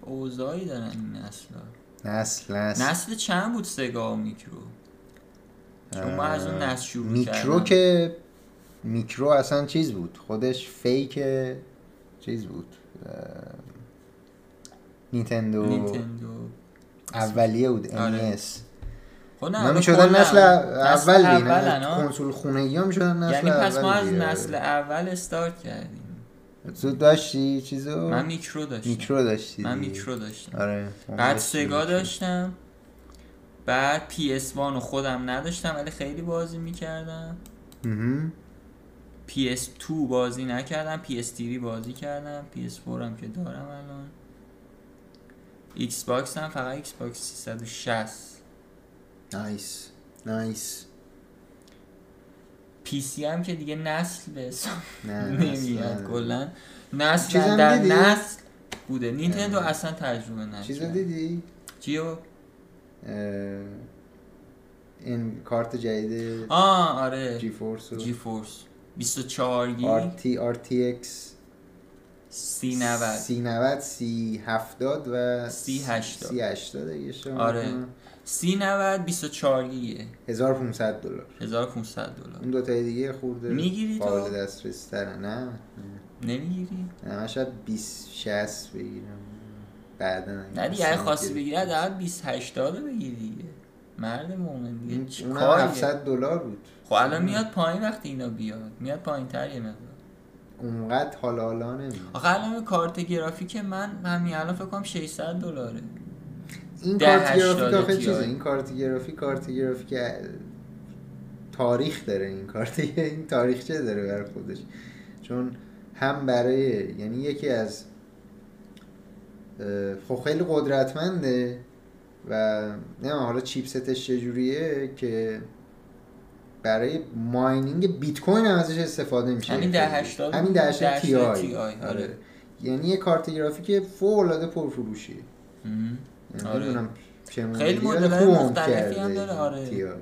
اوضاعی دارن این نسلا نسل نسل, نسل چند بود سگا و میکرو چون ما از اون اه، نسل شروع میکرو کردن. که میکرو اصلا چیز بود خودش فیک چیز بود اه، نینتندو, نینتندو اولیه بود آره. NES خب اونا الان میشدن کلا- نسل اول دیگه نه، اولن، آه. کنسول خونگی ها میشدن نسل یعنی پس ما اول از دیگه. نسل اول استارت کردیم تو داشتی چیزو من میکرو داشتم میکرو داشتی من دیگه. میکرو داشتم آره بعد سگا داشتم بعد پی اس رو خودم نداشتم ولی خیلی بازی میکردم مهم. پی اس 2 بازی نکردم پی اس 3 بازی کردم پی اس 4 هم که دارم الان ایکس باکس هم فقط ایکس باکس 360 نایس نایس پی سی هم که دیگه نسل به حساب نه نمیاد اصلا. کلا نسل آره. چیزم در دیدی؟ نسل بوده نینتندو اصلا تجربه چیزو نکرد دیدی چیو اه، این کارت جدید آه آره جی فورس و آره. جی فورس 24 گیگ RT RTX سی نود سی نود سی هفتاد و سی هشتاد. سی هشتاد اگه اشتباه آره. نکنم. سی نود بیست و چهار گیگه 1500 دلار هزار پونصد دلار اون دو تای دیگه خورده می‌گیری تو؟ قابل دسترسی تره نه نه. نمیگیری؟ نه من شاید 20 60 بگیرم بعدا اگه نه دیگه اگه مثلا خواستی گرفت. بگیری حداقل بیست هشتاد رو بگیر دیگه مرد مومن دیگه چی اون کاریه؟ 700 دلار بود خب الان میاد پایین وقتی اینا بیاد میاد پایین تر یه مقدار اونقدر حالا حالا نمیاد آخه الان این کارت گرافیک من همین الان فکر کنم 600 دلاره این ده کارت هشتاد گرافیک آخه TI. چیزه این کارت گرافیک کارت گرافیک اه، تاریخ داره این کارت این تاریخچه داره بر خودش چون هم برای یعنی یکی از اه، خب خیلی قدرتمنده و نمیدونم حالا چیپستش چجوریه که برای ماینینگ بیت کوین هم ازش استفاده میشه همین 1080 همین 1080 تی 1080 آی آره. آره یعنی یه کارت گرافیک فوق العاده پرفروشیه مهم. آره. نمیدونم چه آره، خیلی مدلی، ولی مدل‌های خوب عمر مختلفی هم داره، آره. TI.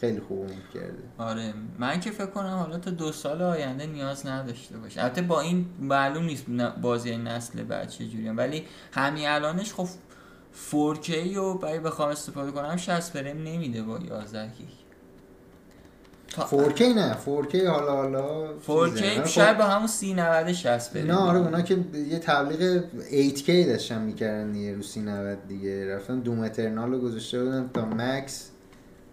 خیلی خوب عمر کرده آره من که فکر کنم حالا تا دو سال آینده نیاز نداشته باشه البته با این معلوم نیست ن- بازی نسل بعد چه جوری هم. ولی همین الانش خب 4K و برای بخوام استفاده کنم 60 فریم نمیده با 11 گیگ تا 4K نه 4K حالا حالا آره، 4K شاید با همون 3090 60 فریم خب. نه آره اونا که یه تبلیغ 8K داشتن میکردن دیگه رو 90 دیگه رفتن دوم اترنال رو گذاشته بودن تا مکس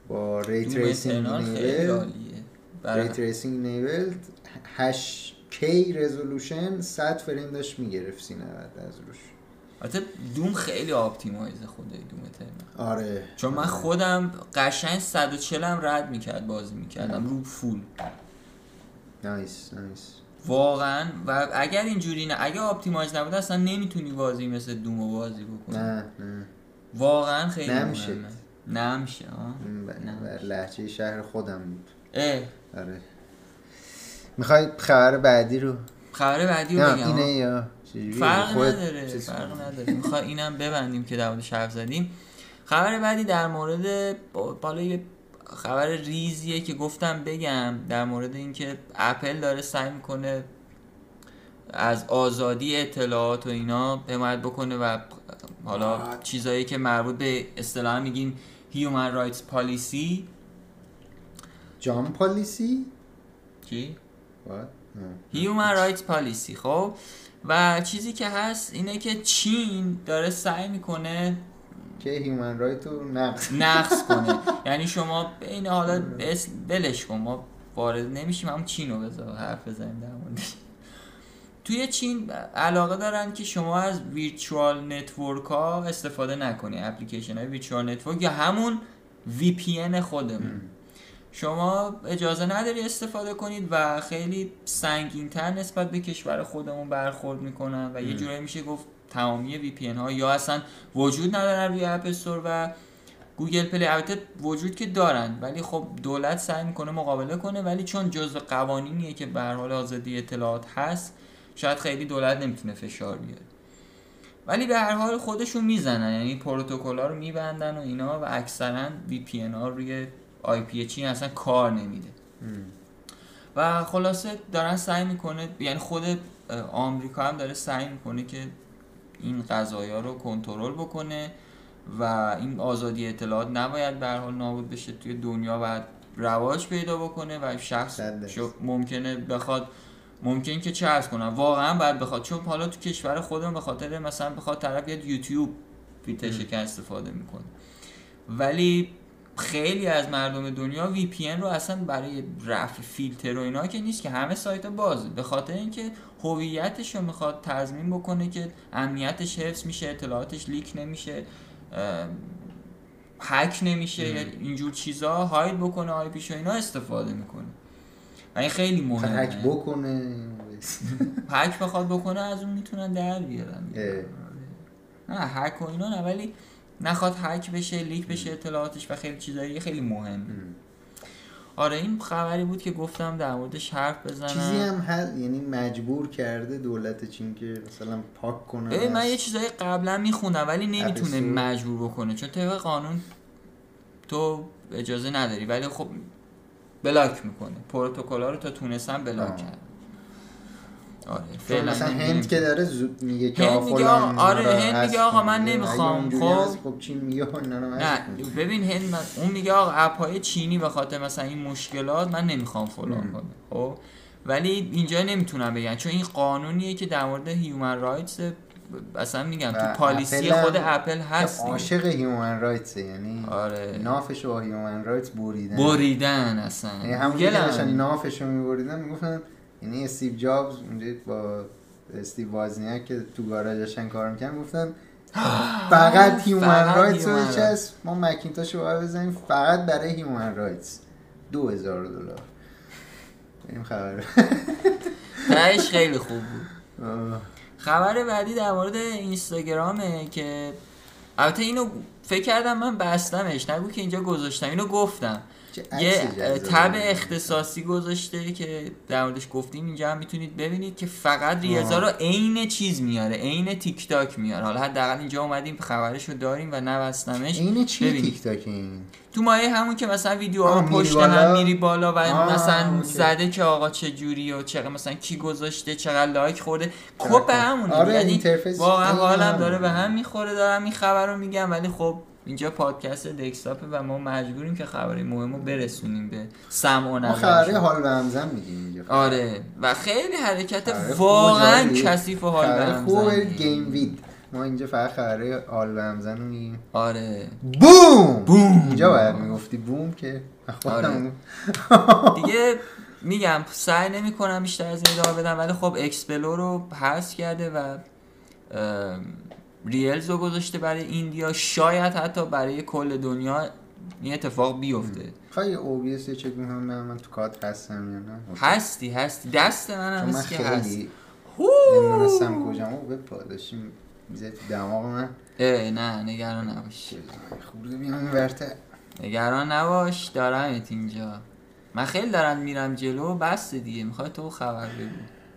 با ری دوم تریسینگ اترنال خیلی آره. نیول عالیه ری برای تریسینگ نیول 8K رزولوشن 100 فریم داشت میگرفت 90 از روش البته دوم خیلی آپتیمایز خوده دوم اترنال آره چون من خودم قشنگ 140 هم رد میکرد بازی میکردم رو فول نایس نایس واقعا و اگر اینجوری نه اگه آپتیمایز نبوده اصلا نمیتونی بازی مثل دومو بازی بکنی نه نه واقعا خیلی نمیشه. مهمه نمیشه آه. این ب- نمیشه. بر لحجه شهر خودم بود اه، آره میخوای خبر بعدی رو خبر بعدی رو نه بگم اینه آه. یا چجوری؟ فرق خودت نداره چیز فرق کن. نداره میخوای اینم ببندیم که در موردش حرف زدیم خبر بعدی در مورد با- بالا یه خبر ریزیه که گفتم بگم در مورد اینکه اپل داره سعی میکنه از آزادی اطلاعات و اینا حمایت بکنه و حالا چیزایی که مربوط به اصطلاحا میگیم هیومن رایتس پالیسی جام پالیسی چی What? No. هیومن رایتس پالیسی خب و چیزی که هست اینه که چین داره سعی میکنه که هیومن رایت رو نقض نقص کنه یعنی شما بین حالا بس بلش کن ما وارد نمیشیم هم چین رو بذار حرف بزنیم در موردش. توی چین علاقه دارن که شما از ویرچوال نتورک ها استفاده نکنی اپلیکیشن های ویرچوال نتورک یا همون وی پی خودمون شما اجازه نداری استفاده کنید و خیلی سنگینتر نسبت به کشور خودمون برخورد میکنن و یه جورایی میشه گفت تمامی وی پی ها یا اصلا وجود ندارن روی اپ استور و گوگل پلی البته وجود که دارن ولی خب دولت سعی میکنه مقابله کنه ولی چون جزء قوانینیه که به هر حال آزادی اطلاعات هست شاید خیلی دولت نمیتونه فشار بیاره ولی به هر حال خودشون میزنن یعنی پروتکل رو میبندن و اینا و اکثرا وی پی ها روی آی پی چین اصلا کار نمیده و خلاصه دارن سعی میکنه یعنی خود اه، آمریکا هم داره سعی میکنه که این قضايا رو کنترل بکنه و این آزادی اطلاعات نباید به هر حال نابود بشه توی دنیا و رواج پیدا بکنه و شخص صد درصد. شو- ممکنه بخواد ممکن که چه ارز کنم واقعا باید بخواد چون حالا تو کشور خودم به خاطر مثلا بخواد طرف بیاد یوتیوب فیلتر شکن استفاده میکنه ولی خیلی از مردم دنیا وی پی رو اصلا برای رفع فیلتر و اینا که نیست که همه سایت ها بازه به خاطر اینکه هویتش رو میخواد تضمین بکنه که امنیتش حفظ میشه اطلاعاتش لیک نمیشه اه، هک نمیشه یا اینجور چیزا هاید بکنه آی پیش و اینا استفاده میکنه و این خیلی می‌خواد مهمه خب، هک بکنه هک بخواد بکنه از اون میتونن در بیارن اه. نه هک و اینا نه ولی نخواد هک بشه لیک بشه اطلاعاتش و خیلی چیزایی دیگه خیلی مهمه آره این خبری بود که گفتم در موردش حرف بزنم چیزی هم هست یعنی مجبور کرده دولت چین که مثلا پاک کنه ببین من از- یه چیزایی قبلا میخوندم ولی نمیتونه اپیزود. مجبور بکنه چون طبق قانون تو اجازه نداری ولی خب بلاک میکنه پروتکل رو تا تونستن بلاک آه. کرد آره چون فعلا مثلا نمی‌دونیم. هند که داره زود میگه که هند آ، میگه فلان آقا، آره، را هند هست میگه آقا، من کن. اگه نمی‌خوام، اونجوری خب؟ هست، خب چی میگه آقا، اینا رو نه هست کن. ببین هند مث- اون میگه آقا اپ های چینی به خاطر مثلا این مشکلات من نمیخوام فلان مم. کنم خب ولی اینجا نمیتونم بگن چون این قانونیه که در مورد هیومن رایتس اصلا میگم و تو پالیسی اپل هم خود اپل هست که دیگه. عاشق هیومن رایتس یعنی آره. نافش با هیومن رایتس بریدن بریدن اصلا یعنی همون که گلم. داشتن نافش رو میبریدن میگفتن یعنی استیو جابز اونجا با استیو وازنیک که تو گاراژ داشتن کار میکنن گفتن فقط هیومن فقط رایتس هیومن رو رایتس. چست ما مکینتاش رو باید بزنیم فقط برای هیومن رایتس دو هزار دلار این خبر تهش خیلی خوب بود خبر بعدی در مورد اینستاگرامه که البته اینو فکر کردم من بستمش نگو که اینجا گذاشتم اینو گفتم چه یه عکس جذابی. تب اختصاصی گذاشته که در موردش گفتیم اینجا هم میتونید ببینید که فقط ریاضا رو عین چیز میاره عین تیک تاک میاره حالا حداقل اینجا اومدیم خبرش رو داریم و نبستمش این چی ببین. تیک تاک این تو مایه همون که مثلا ویدیوها آه، رو میری پشت بالا؟ هم میری بالا و آه، مثلا اوکی. زده که آقا چه جوری و چقدر مثلا کی گذاشته چقدر لایک خورده کپ همونه آره، یعنی اینترفیس واقعا خیلی حالم همونه. داره به هم میخوره دارم این خبر رو میگم ولی خب اینجا پادکست دکستاپه و ما مجبوریم که خبری مهم رو برسونیم به سمع و ما خبری نظر حال به همزن میگیم اینجا آره و خیلی حرکت خبری خوب واقعا جالبی. کثیف و حال به خبری هم خوب زنی. گیم وید ما اینجا فقط خبری حال به همزن رو میگیم آره بوم بوم اینجا باید میگفتی بوم که آره. آره. دیگه میگم سعی نمی کنم بیشتر از این ادامه بدم ولی خب اکسپلو رو حذف کرده و ام، ریلز رو گذاشته برای ایندیا شاید حتی برای کل دنیا این اتفاق بیفته خواهی اوبیس خب، یه چک میکنم من, من تو کات هستم یا نه هستی هستی دست من چون هم من هست که هست خیلی هو! نمیدونستم کجا ما به پاداشیم میزه تو دماغ من اه، نه نگران نباش خورده بیام این ورته نگران نباش دارمت اینجا من خیلی دارم میرم جلو بس دیگه میخوای تو خبر بگو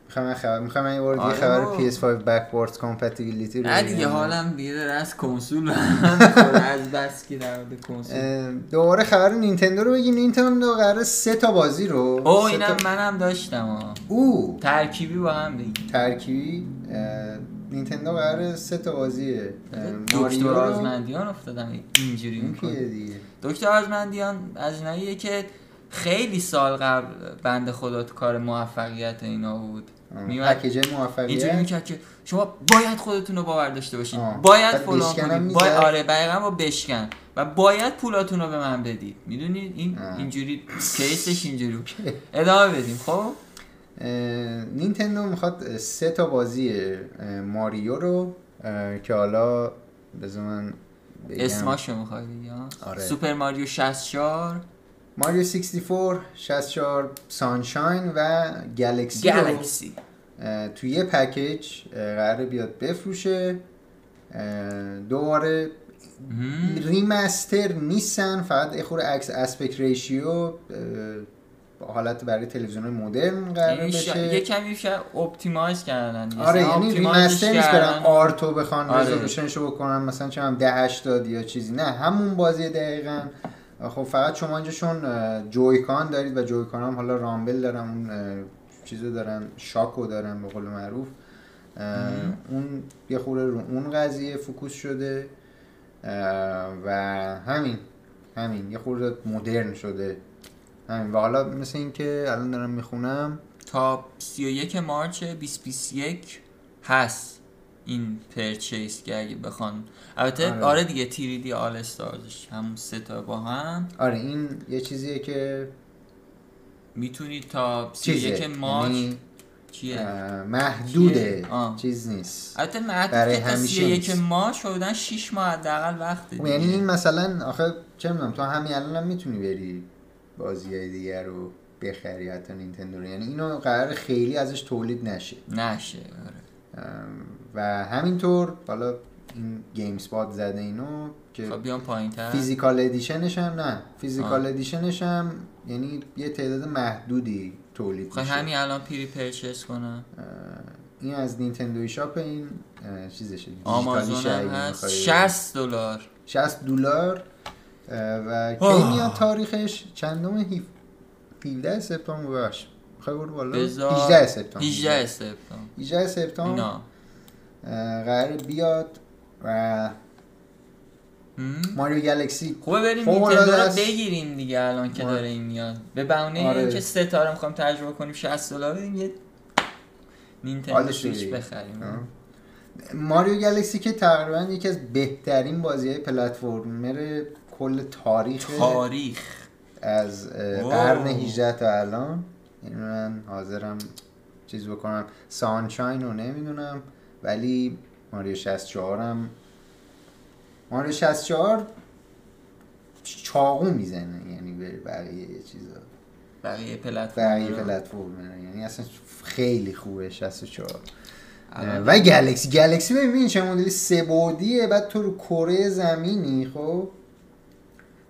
میخوام من خبر میخوام من یه بار دیگه آره خبر بابا. PS5 backwards compatibility رو نه بگم. دیگه حالم دیگه داره از کنسول به هم می‌خوره. از بس که در مورد کنسول اه، دوباره خبر نینتندو رو بگیم نینتندو قراره سه تا بازی رو او خب، سه تا- اینم منم داشتم آه. او ترکیبی با هم بگیم ترکیبی اه، نینتندو قراره سه تا بازیه اه، ماریو دکتر رو- آزمندیان افتادم اینجوری این کیه میکنه دیگه دکتر آزمندیان از ایناییه که خیلی سال قبل بند خدا تو کار موفقیت اینا بود آه، میومد پکیج اینجوری موفقیت میکرد که شما باید خودتون رو باور داشته باشید آه. باید بعد فلان بشکنم کنید می‌زد. باید آره دقیقا با بشکن و باید پولاتون رو به من بدید میدونید این آه. اینجوری کیسش اینجوری بود. ادامه بدیم خب اه، نینتندو میخواد سه تا بازی اه، ماریو رو اه، که حالا بذار من بگم. اسماشو میخوای بگی ها؟ آره. سوپر ماریو 64 ماریو 64 64 سانشاین و گلکسی رو گالکسی اه، تو یه پکیج اه، قراره بیاد بفروشه اه، دوباره ریمستر نیستن فقط یه خورده عکس اسپک ریشیو اه، حالت برای تلویزیون مدرن قراره یعنی شا... یه بشه کمی شاید اپتیمایز کردن یه آره سری یعنی اپتیمایزش ریمستر نیست کردن. برن آرتو بخوان آره. رزولوشنشو بکنن مثلا چه هم 1080 یا چیزی نه همون بازی دقیقا خب فقط شما اینجا چون اه، جویکان دارید و جویکان هم حالا رامبل دارن اون اه، چیزو دارن شاکو دارن به قول معروف اه، اون یه خورده رو اون قضیه فوکوس شده اه، و همین همین یه خورده مدرن شده همین و حالا مثل اینکه الان دارم میخونم تا 31 مارچ 2021 هست این پرچیس که اگه بخوان البته آره. آره. دیگه تیری دی آل استارزش همون سه تا با هم آره این یه چیزیه که میتونید تا چیزه 31 مارچ یعنی، چیه اه، محدوده چیه؟ آه. چیز نیست البته معطوف برای که تا همیشه 31 نیست. مارچ حدوداً 6 ماه حداقل وقته خب یعنی دیگه. این مثلا آخه چه میدونم تو همین الان هم میتونی بری بازی های دیگر رو بخری حتی نینتندو رو یعنی اینو قرار خیلی ازش تولید نشه نشه آره. ام، و همینطور حالا این گیم سپات زده اینو که خب بیام پایین تر فیزیکال ادیشنش هم نه فیزیکال ادیشنش هم یعنی یه تعداد محدودی تولید خب میشه همین الان پیری پرچیس کنم اه، این از نینتندوی شاپ این اه، چیزشه آمازون دیجیتالیشه هم اگه هست می‌خوای. 60 دلار 60 دلار اه، و کی آه. میاد تاریخش چندم هیف- 17 سپتامبر باش میخوای برو بالا بذار 18 سپتامبر 18 سپتامبر 18 سپتامبر اینا اه، قرار بیاد و هم؟ ماریو گلکسی خوبه بریم فوق نینتندو العاده رو است. بگیریم دیگه الان که آره. داره این میاد به بهونه آره. اینکه ستاره میخوام تجربه کنیم 60 دلار بدیم یه نینتندو حالش سویچ دیگه. بخریم ماریو گلکسی که تقریبا یکی از بهترین بازی های پلتفرمر کل تاریخ تاریخ از اه، واو. قرن 18 تا الان این رو من حاضرم چیز بکنم سانشاین رو نمیدونم ولی ماریو 64 هم ماریو 64 چاقو میزنه یعنی به بقیه چیزا بقیه پلتفرم بقیه رو. پلتفرم یعنی اصلا خیلی خوبه 64 الان و گلکسی گلکسی ببین چه مدلی سبودیه بعد تو رو کره زمینی خب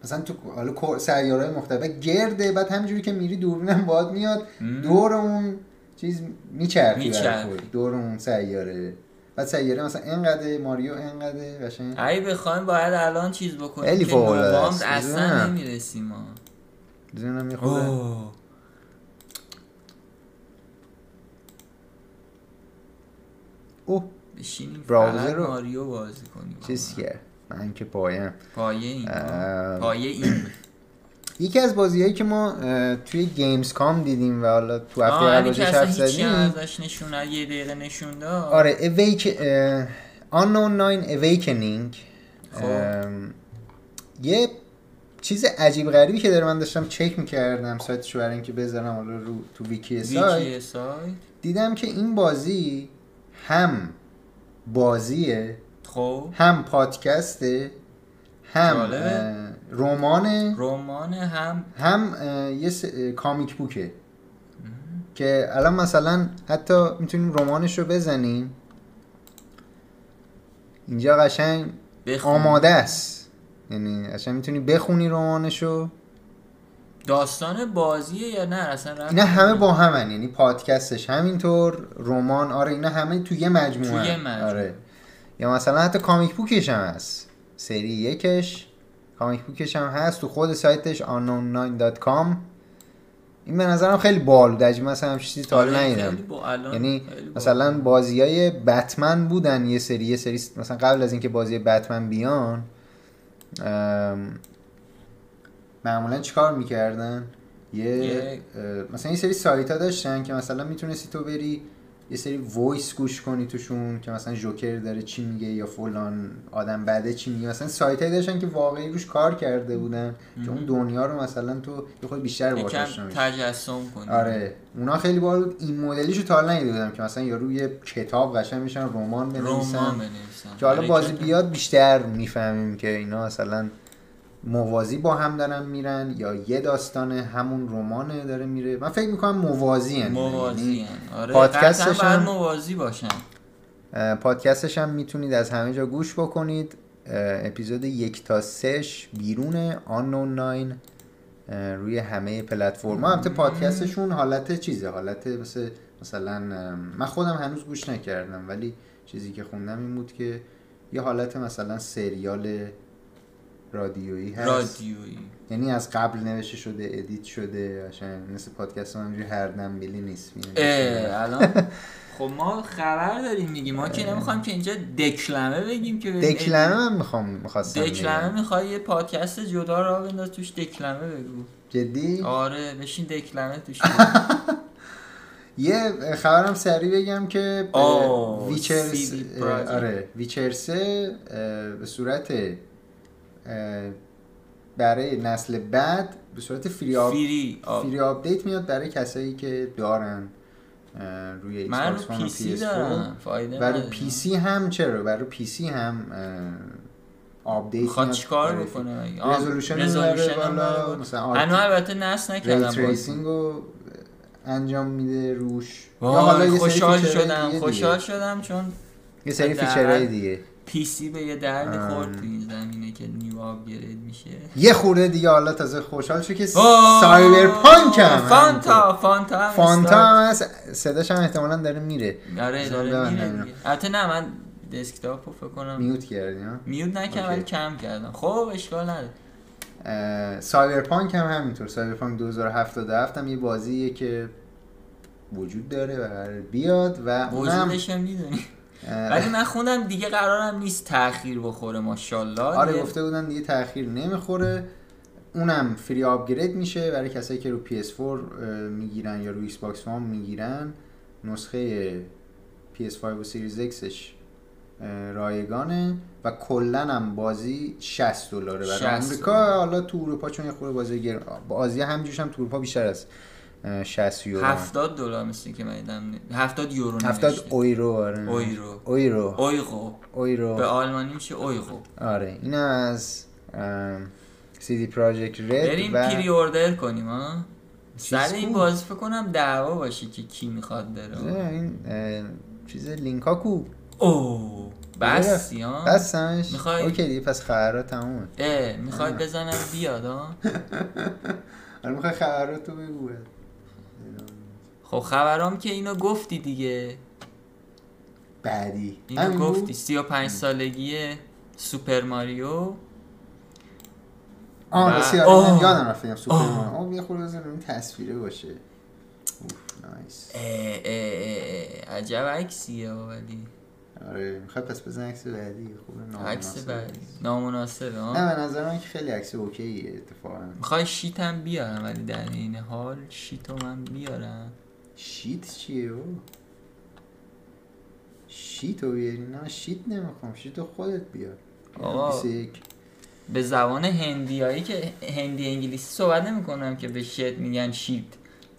مثلا تو حالا سیاره مختلف بعد گرده بعد همینجوری که میری دوربینم باد میاد مم. دور اون چیز میچرخی می‌چرخی. برای خودت. دور اون سیاره بعد سیاره مثلا انقدر ماریو انقدر قشنگ اگه بخوایم باید الان چیز بکنیم خیلی که فوق‌العاده نوامبر است. اصلا می‌دونم. نمیرسیم ما زیرم یه خورده اوه. اوه بشینیم براوزر فقط رو ماریو بازی کنیم چیز آقا. کرد من که پایم پایه این ام. پایه این یکی از بازیهایی که ما اه، توی گیمز کام دیدیم و حالا تو هفته آه قبل علی راجعش که اصلا حرف هیچی هم زدیم ازش نشون نداد، یه دقیقه نشون داد آره اویک آنون ناین اویکنینگ خب. یه چیز عجیب غریبی که داره من داشتم چک میکردم سایتشو برای اینکه بذارم حالا رو تو ویکی سایت ویکی سایت دیدم که این بازی هم بازیه خب هم پادکسته هم جالبه. اه، رمانه رمان هم هم اه، یه س- اه، کامیک بوکه که الان مثلا حتی میتونیم رمانش رو بزنیم اینجا قشنگ بخون. آماده است یعنی قشنگ میتونی بخونی رمانش رو داستان بازیه یا نه اصلا رفت اینا همه با همن یعنی پادکستش همینطور رمان آره اینا همه تو یه مجموعه تو یه هن. مجموعه. آره. یا مثلا حتی کامیک بوکش هم هست سری یکش کامیک بوکش هم هست تو خود سایتش unknown9.com این به نظرم خیلی بالودج مثلا همچین چیزی تا حالا آره، ندیدم خیلی با- الان یعنی خیلی با- مثلا بازی های بتمن بودن یه سری یه سری مثلا قبل از اینکه بازی بتمن بیان ام، معمولا چیکار میکردن یه, یه- اه، مثلا یه سری سایت ها داشتن که مثلا میتونستی تو بری یه سری وایس گوش کنی توشون که مثلا جوکر داره چی میگه یا فلان آدم بعده چی میگه مثلا سایت داشتن که واقعی روش کار کرده بودن که اون دنیا رو مثلا تو یه خود بیشتر باهاش آشنا یکم می‌شی. تجسم کنیم آره اونا خیلی بار بود این مدلیشو تا حالا ندیده بودم که مثلا یارو یه کتاب قشنگ میشن رمان رمان بنویسن بنویسن که حالا آره، بازی که- بیاد بیشتر میفهمیم که اینا مثلا موازی با هم دارن میرن یا یه داستانه همون رمانه داره میره من فکر میکنم موازی هن. یعنی موازی هن. آره پادکستش قطعاً باید هم- موازی باشن اه، پادکستش هم میتونید از همه جا گوش بکنید اه، اپیزود یک تا سش بیرون آنون ناین روی همه پلتفرم البته پادکستشون حالت چیزه حالت مثل مثلا ام، من خودم هنوز گوش نکردم ولی چیزی که خوندم این بود که یه حالت مثلا سریال رادیویی هست رادیویی یعنی از قبل نوشته شده ادیت شده قشنگ مثل پادکست من اینجوری هر دنبیلی نیست اه، الان خب ما خبر داریم میگیم ما که نمیخوایم که اینجا دکلمه بگیم که بریم آره. دکلمه من میخوام میخواستم دکلمه میخوای یه پادکست جدا را بنداز توش دکلمه بگو جدی آره بشین دکلمه توش بگو. یه خبرم سریع بگم که اه، آه، ویچر CD اه، Projekt. آره ویچر 3 اه، به صورت اه، برای نسل بعد به صورت فری آپ فیری آب. فری آپدیت میاد برای کسایی که دارن اه، روی ایکس من باکس رو وان و پی سی PS4. دارم فایده و رو نداره. پی سی هم چرا برای پی سی هم اه، آپدیت میخواد میاد چیکار برای- بکنه مگه؟ آه، رزولوشن رزولوشن رزولوشن هم داره بالا. مثلا هنو آرت- البته نس ری نکردم بازی. تریسینگ رو انجام میده روش وای یه سری خوشحال فیچرهای شدم دیگه خوشحال دیگه. شدم چون یه سری در- فیچرهای دیگه پی سی به یه درد آم. خورد تو این زمینه که نیو آپگرید میشه یه خورده دیگه حالا تازه خوشحال شد که آه، سایبرپانک هم فانتا فانتا هم فانتا استارت. هم هست صداش هم احتمالا داره میره آره بذار داره میره ببندم دیگه. البته نه من دسکتاپ رو فکر کنم میوت کردی ها میوت نکردم اوکی. ولی کم کردم خب اشکال نداره اه، سایبرپانک هم همینطور سایبرپانک 2077 هم یه بازیه که وجود داره و قرار بیاد و اونم وجودش هم میدونی اه، ولی من خوندم دیگه قرارم نیست تاخیر بخوره ماشاءالله آره دیگه گفته بودن دیگه تاخیر نمیخوره اونم فری آپگرید میشه برای کسایی که رو PS4 اه، میگیرن یا رو ایکس باکس وان میگیرن نسخه PS5 و سریز Xش اه، رایگانه و کلا هم بازی 60 دلاره برای 60 آمریکا حالا تو اروپا چون یه خورده بازی گر... بازی همجوش هم تو اروپا بیشتر از اه، 60 یورو 70 دلار مثل که من دیدم 70 یورو 70 نوشته. اویرو آره اویرو. اویرو اویغو اویرو به آلمانی میشه اویغو آره این از ام، CD Projekt Red بریم و پری اوردر کنیم ها سر این کو؟ بازی فکر کنم دعوا باشه که کی میخواد نه، داره این اه، چیز لینک ها کو او بس آره. ها بستمش می‌خوای؟ اوکی دیگه پس خبرها تمومه اه میخواد آره. بزنم بیاد ها حالا میخوای خبرات تو بگو خب خبرام که اینو گفتی دیگه بعدی اینو همین بود؟ گفتی 35 سالگی سوپر ماریو آه و- بسیار آه. من یادم رفت بگم سوپرمان آه. آه یه خورده بزن این تصویره باشه اوف نایس اه اه اه اه، عجب عکسیه ها ولی آره میخوای پس بزن عکس بعدی خوبه عکس نامناسب بعدی نیست. نامناسبه ها نه به نظر من که خیلی عکس اوکیه اتفاقا میخوای شیت هم بیارم ولی در این حال شیت رو من بیارم شیت چیه او شیت رو بیاری نه من شیت نمیخوام شیت رو خودت بیار آقا. 21. به زبان هندیایی که هندی انگلیسی صحبت نمیکنم که به شیت میگن شیت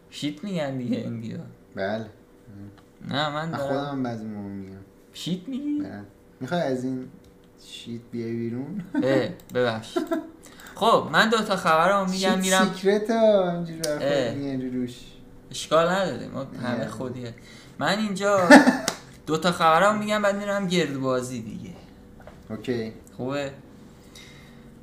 شیت میگن دیگه هندیا بله نه من من دارم خودم هم بعضی موقع میگم شیت میگی بله میخوای از این شیت بیای بیرون اه، ببخشید خب من دو تا خبرمو میگم شیت میرم سیکرت ها اینجوری رفت اه. میاری روش اشکال نداره ما همه نه. خودیه من اینجا دو تا خبرم میگم بعد میرم گردبازی دیگه اوکی خوبه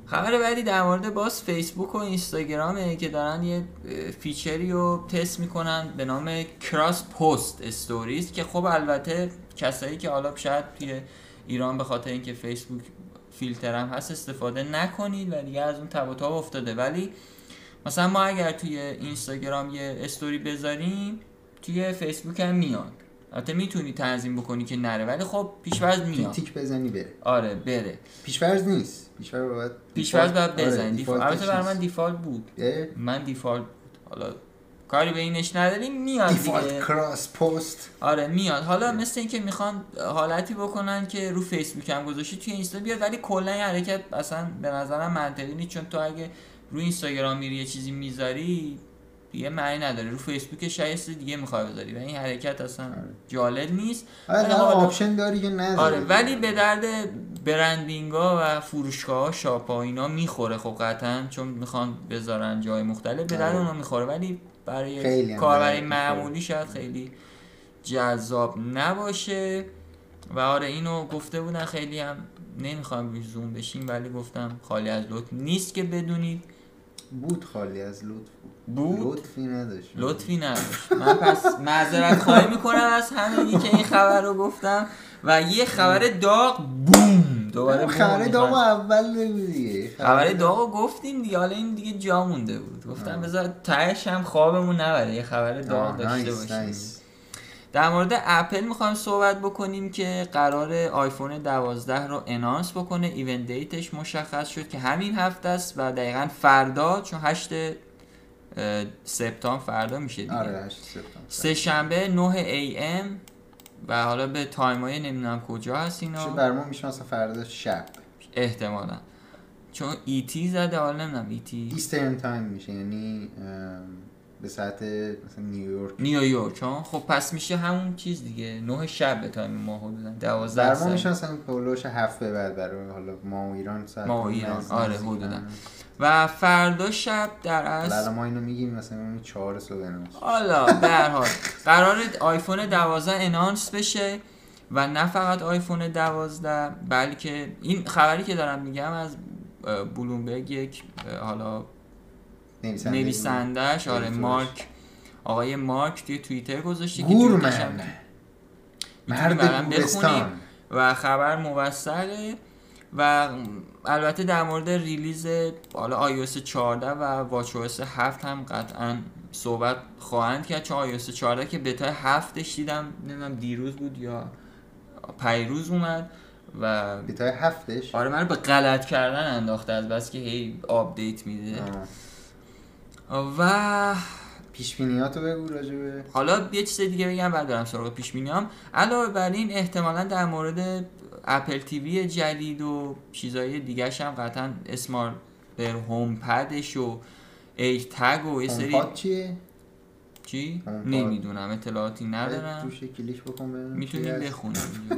خبر بعدی در مورد باز فیسبوک و اینستاگرامه که دارن یه اه، فیچری رو تست میکنن به نام کراس پست استوریز که خب البته کسایی که حالا شاید توی ایران به خاطر اینکه فیسبوک فیلترم هست استفاده نکنید و دیگه از اون تب و تاب افتاده ولی مثلا ما اگر توی اینستاگرام یه استوری بذاریم توی فیسبوک هم میاد البته میتونی تنظیم بکنی که نره ولی خب پیش‌فرض تیک میاد تیک بزنی بره آره بره پیشفرز نیست پیشفرز باید پیشفرز باید آره، بزن دیفالت دیفالتش البته برای من نیست. دیفالت بود اه. من دیفالت بود حالا کاری به اینش نداریم میاد دیفالت دیگه کراس پست آره میاد حالا مثل اینکه میخوان حالتی بکنن که رو فیسبوک هم گذاشتی توی اینستا بیاد ولی کلا این حرکت اصلا به نظرم منطقی نیست چون تو اگه رو اینستاگرام میری یه چیزی میذاری دیگه معنی نداره رو فیسبوک شایسته دیگه میخوای بذاری و این حرکت اصلا جالب نیست آره ولی خب نه، حالا- آپشن داری که نداری آره ولی به درد برندینگ ها و فروشگاه ها شاپ ها اینا میخوره خب قطعا چون میخوان بذارن جای مختلف به درد آره. اونا میخوره ولی برای خیلی هم کاربری درد می‌خوره. معمولی شاید خیلی جذاب نباشه و آره اینو گفته بودن خیلی هم نمیخوام روش زوم بشیم ولی گفتم خالی از لطف نیست که بدونید بود خالی از لطف بود بود لطفی نداشت لطفی نداشت من پس معذرت خواهی میکنم از همگی که این خبر رو گفتم و یه خبر داغ بوم دوباره دوباره بوم خبر می‌خوام. داغ اول بگو دیگه خبر داغ رو گفتیم دیگه حالا این دیگه جا مونده بود گفتم آه. بذار تهش هم خوابمون نبره یه خبر داغ آه، داشته نایس، باشیم نایس. در مورد اپل میخوایم صحبت بکنیم که قرار آیفون 12 رو انانس بکنه ایونت دیتش مشخص شد که همین هفته است و دقیقا فردا چون 8 اه، سپتامبر فردا میشه دیگه آره هشت سپتامبر. سه شنبه 9 ای ام و حالا به تایم های نمیدونم کجا هست چه اینا بر ما میشه مثلا فردا شب احتمالا چون ایتی زده حالا نمیدونم ایتی ایسترن تایم میشه یعنی ام، به ساعت مثلا نیویورک نیویورک ها خب پس میشه همون چیز دیگه 9 شب به تایم ما حدودا 12 بر ما ساعت میشه مثلا پولوش هفت به بعد برای حالا ما و ایران ساعت ما و ایران، نزد- آره، نزدیکن. حدوداً. و فردا شب در حالا اصل الان ما اینو میگیم مثلا اون چهار صبح انانس. حالا به هر حال قرار آیفون 12 انانس بشه و نه فقط آیفون 12 بلکه این خبری که دارم میگم از اه، بلومبرگ یک اه، حالا نویسنده نویسندهش آره نویسنده‌ش. مارک آقای مارک توی توییتر گذاشته که توییتش هم گورمن می‌تونیم برام مرد بخونیم گورستان و خبر موثقه و البته در مورد ریلیز حالا iOS 14 و WatchOS 7 هم قطعا صحبت خواهند کرد چون iOS 14 که بتا هفتش دیدم نمیدونم دیروز بود یا پیروز اومد و بیتای هفتش آره من رو به غلط کردن انداخته از بس که هی آپدیت میده و پیش بینیاتو بگو راجبه حالا یه چیز دیگه بگم بعد برم سراغ پیش بینیام علاوه بر این احتمالا در مورد اپل تیوی جدید و چیزای دیگه هم قطعا اسمارت هوم پدش و ای تگ و یه سری هومپاد چیه؟ چی هومپاد. نمیدونم اطلاعاتی ندارم توش کلیک بکن ببینم چی میتونی هست. بخونی اینجا.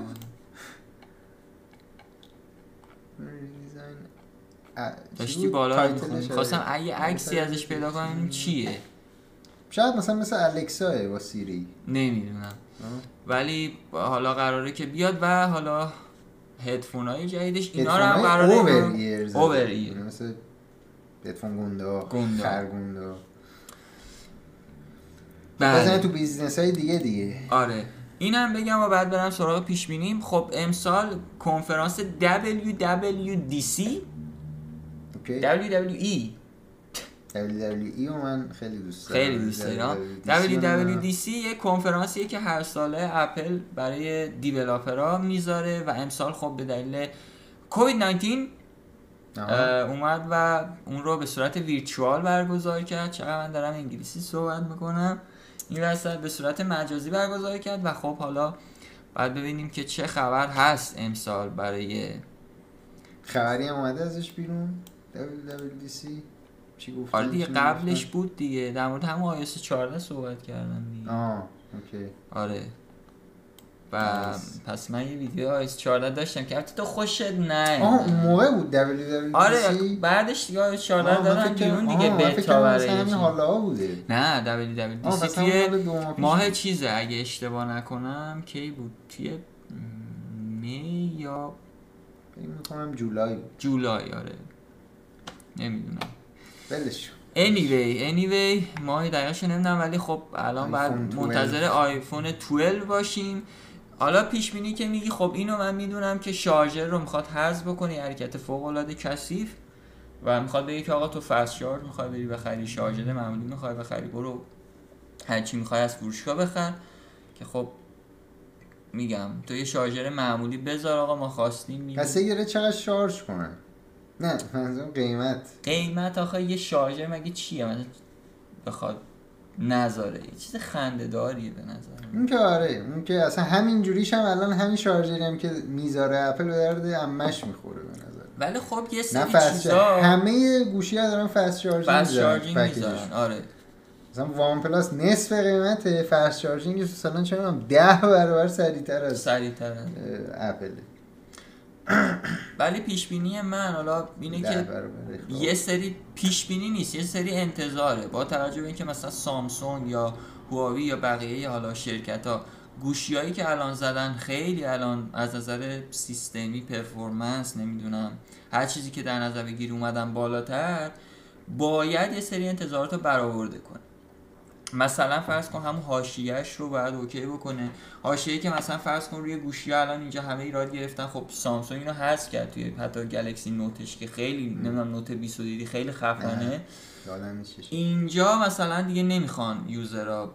ریزاین ا- چی داشتی بود؟ بالا رو تایتلش میخونی آره. خواستم اگه عکسی تایتلش ازش پیدا کنم ببینم چیه شاید مثلا مثل الکسا با سیری نمیدونم آه. ولی حالا قراره که بیاد و حالا هدفون های جدیدش اینا رو هم هدفون‌های قراره اوور اینا- ایرز اوور ایر. یعنی مثل هدفون گنده ها گنده. خرگونده ها بزنه بله یعنی تو بیزنس های دیگه دیگه آره اینم بگم و بعد برم سراغ پیش بینیم خب امسال کنفرانس WWDC اوکی WWE WWE رو من خیلی دوست دارم خیلی دوست دارم WWDC یه کنفرانسیه که هر ساله اپل برای دیولاپرها میذاره و امسال خب به دلیل کووید 19 آها. اه، اومد و اون رو به صورت ویرچوال برگزار کرد چقدر من دارم انگلیسی صحبت میکنم این وسط به صورت مجازی برگزار کرد و خب حالا باید ببینیم که چه خبر هست امسال برای خبری هم اومده ازش بیرون WWDC چی گفتن آره دیگه چی قبلش گفتن؟ بود دیگه در مورد همون iOS 14 صحبت کردم دیگه آه اوکی آره و Nice. پس من یه ویدیو iOS 14 داشتم که البته تو خوشت آه نه اون موقع بود WWDC آره بعدش دیگه iOS 14 دادن آره، بیرون دیگه بتا برای یه چیز. حالا ها بوده نه WWDC آه مثلا توی مال دو ماه پیش ماه بود. چیزه اگه اشتباه نکنم کی بود توی می یا فکر میکنم جولای بود جولای آره نمیدونم ولش کن. anyway anyway ماه دقیقش نمیدونم ولی خب الان بعد آیفون 12. منتظر آیفون 12 باشیم حالا پیش بینی که میگی خب اینو من میدونم که شارژر رو میخواد حذف بکنه یه حرکت فوق العاده کثیف و میخواد بگه که آقا تو فست شارژ میخوای بری بخری شارژر معمولی میخوای بخری برو هرچی میخوای از فروشگاه بخر که خب میگم تو یه شارژر معمولی بذار آقا ما خواستیم می‌دیم. پس یه گره چقدر شارژ کنن نه منظورم قیمت قیمت آخه یه شارژر مگه چیه مثلا بخواد نذاره یه چیز خنده داریه به نظر من. اون که آره اون که اصلا همین جوریش هم الان همین شارژری هم که میذاره اپل به درد عمش میخوره به نظر ولی خب یه نه سری فست شارژ. چیزا همه گوشی ها دارن فست شارژینگ فست می‌ذارن شارژینگ پکیجش. میذارن آره مثلا وان پلاس نصف قیمت فست شارژینگ مثلا چه می‌دونم 10 برابر سریعتر از سریعتر اه، اپل ولی پیش بینی من حالا اینه 10 که برابر خب. یه سری پیش بینی نیست یه سری انتظاره با توجه به اینکه مثلا سامسونگ یا هواوی یا بقیه حالا شرکت ها گوشیایی که الان زدن خیلی الان از نظر سیستمی پرفورمنس نمیدونم هر چیزی که در نظر بگیری اومدن بالاتر باید یه سری انتظارات رو برآورده کنه مثلا فرض کن همون حاشیهش رو باید اوکی بکنه حاشیه‌ای که مثلا فرض کن روی گوشی الان اینجا همه ایراد گرفتن خب سامسونگ اینو حذف کرد توی حتی گلکسی نوتش که خیلی نمیدونم نوت 20 رو دیدی خیلی خفنه یادم نیست چی شد. اینجا مثلا دیگه نمیخوان یوزرها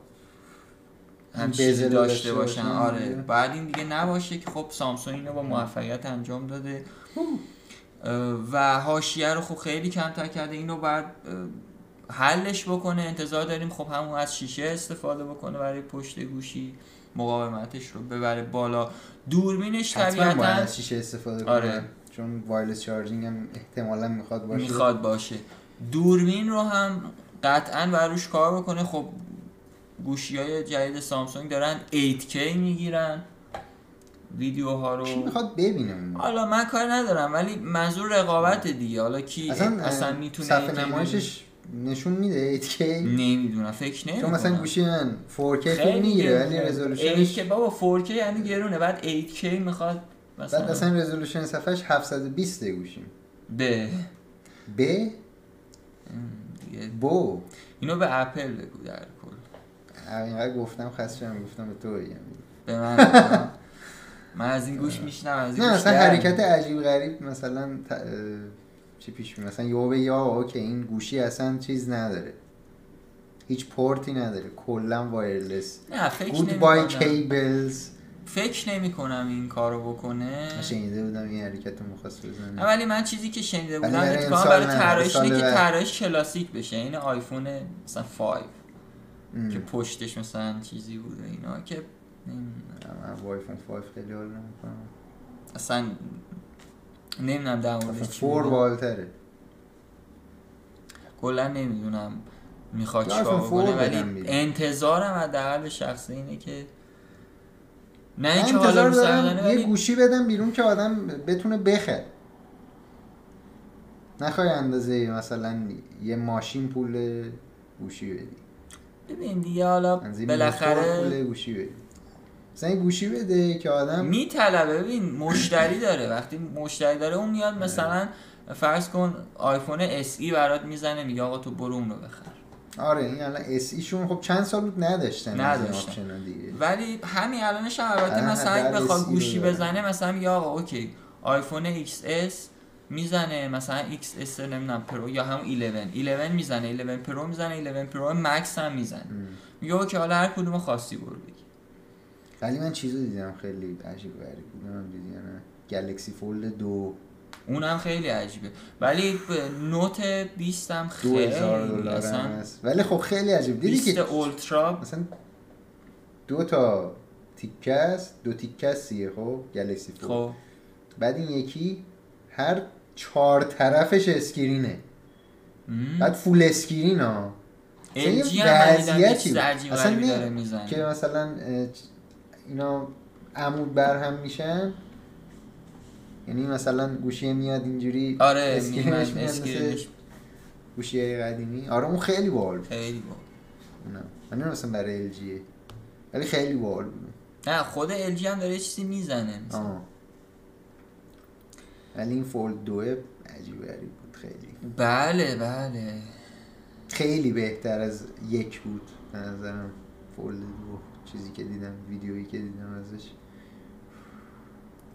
هم بزل چیزی داشته داشته باشن باشن آره دیگه. بعد این دیگه نباشه که خب سامسونگ اینو با موفقیت انجام داده اه، و حاشیه رو خب خیلی کمتر کرده اینو بعد حلش بکنه انتظار داریم خب همون از شیشه استفاده بکنه برای پشت گوشی مقاومتش رو ببره بالا دوربینش حتما باید طبیعتا از شیشه استفاده کنن آره. چون وایرلس شارژینگ هم احتمالا میخواد باشه میخواد باشه دوربین رو هم قطعا بر روش کار بکنه خب گوشی های جدید سامسونگ دارن 8K میگیرن ویدیوها رو کی میخواد ببینه اونو؟ حالا من کار ندارم ولی منظور رقابت دیگه حالا کی اصلا اصلا, اصلا میتونه صفحه نمایشش نشون میده 8K نمیدونم فکر نمیدونم چون مثلا گوشی من 4K فیلم میگیره ولی رزولوشنش 8K بابا 4K یعنی گرونه بعد 8K میخواد مثلا, بعد اصلا رزولوشن صفحش 720 گوشیم به ب دیگه. بو اینو به اپل بگو در کل اینقدر گفتم خست شدم گفتم به تو بگم به من بگو. من از این گوش میشنم از این نه گوش مثلا در حرکت میاد. عجیب غریب مثلا ت... اه، چی پیش می مثلا یو به یا که این گوشی اصلا چیز نداره هیچ پورتی نداره کلا وایرلس نه فکر گود بای نمی‌کنم. کیبلز فکر نمی کنم این کارو بکنه شنیده بودم این حرکت رو میخواست نه، بزنه ولی من چیزی که شنیده ولی بودم برای اتفاقا امسال برای نه، طراحیش اینه سال که بعد. طراحیش کلاسیک بشه این آیفون مثلا 5 ام. که پشتش مثلا چیزی بوده اینا که نمی‌دونم. من با آیفون 5 خیلی حال نمی‌کنم. اصلا نمیدونم در آیفون موردش چی 4 بگم. بالتره کلا نمیدونم میخواد نه، چیکار iPhone 4 بکنه بدم ولی بیرون. انتظارم حداقل به شخصه اینه که نه من اینکه حالا انتظار مستقلانه دارم یه ولی گوشی بدم بیرون که آدم بتونه بخره نخوای اندازه مثلا یه ماشین پول گوشی بدی ببین دیگه حالا اندازه بالاخره موتور پول گوشی بدی مثلا یه گوشی بده که آدم میطلبه ببین مشتری داره وقتی مشتری داره اون آره. میاد مثلا فرض کن آیفون اس ای برات میزنه میگه آقا تو برو اون رو بخر آره این الان اس ایشون خب چند سال بود نداشتن از این نداشتن. آپشن‌ها دیگه ولی همین الانش هم البته الان مثلا حداقل اگه بخواد SE گوشی رو دارن. بزنه مثلا میگه آقا اوکی آیفون XS میزنه مثلا XS نمیدونم پرو یا همون 11 11 میزنه 11 پرو میزنه 11 پرو مکس هم میزنه میگه اوکی حالا هر کدوم خاصی برو بگی ولی من چیزو دیدم خیلی عجیب و غریب بود من دیدی یا نه گلکسی فولد دو اونم خیلی عجیبه ولی ب- نوت 20 هم دو هزار خیلی دلار هم اصلا هست ولی خب خیلی عجیب دیدی 20 که اولترا مثلا دو تا تیکه است دو تیکه است دیگه خب گلکسی فولد خب بعد این یکی هر چهار طرفش اسکرینه بعد فول اسکرین ها اصلا یه LG هم من دیدم یه وضعیتی چیز بود. عجیب اصلا غریبی نه داره میزنه که مثلا اه، چ- اینا عمود برهم میشن یعنی مثلا گوشی میاد اینجوری آره اسکرینش میگم میاد مثل اسکرینش گوشی های قدیمی آره اون خیلی باحال بود خیلی با اونم من نمیدونستم برای LG ه. ولی خیلی باحال بود نه خود LG هم داره یه چیزی میزنه مثلا. آه. ولی این فولد دوه عجیب و غریب بود خیلی بله بله خیلی بهتر از یک بود به نظرم فولد دو چیزی که دیدم ویدیویی که دیدم ازش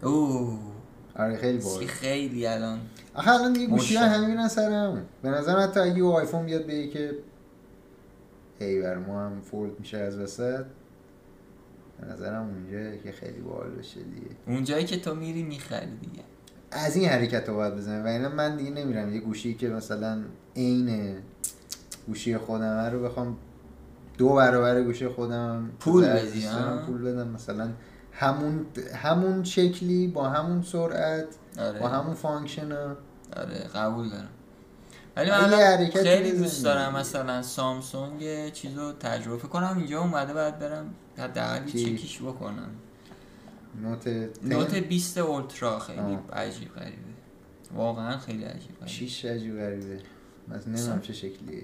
اوه آره خیلی چی باحال خیلی الان آخه الان دیگه گوشی ها مشتاق. همین هم سر همون به نظر حتی اگه او آیفون بیاد به که هی بر ما هم فولد میشه از وسط به نظرم اونجا که خیلی باحال بشه دیگه اونجایی که تو میری میخری دیگه از این حرکت رو باید بزنم و اینا من دیگه نمیرم یه گوشی که مثلا عین گوشی خودمه رو بخوام دو برابر گوشی خودم پول از بدی، دوست دارم ها؟ پول بدم مثلا همون همون شکلی با همون سرعت آره با همون فانکشن ها. آره قبول دارم ولی یه من الان حرکتی خیلی بزن دوست دارم دیگه. مثلا سامسونگ چیز رو تجربه کنم اینجا اومده باید برم حداقل چی؟ یه چکیش بکنم نوت 10 نوت 20 اولترا خیلی آه. عجیب غریبه واقعا خیلی عجیب غریبه شیش عجیب غریبه مثلا اصلا. نمیدونم چه شکلیه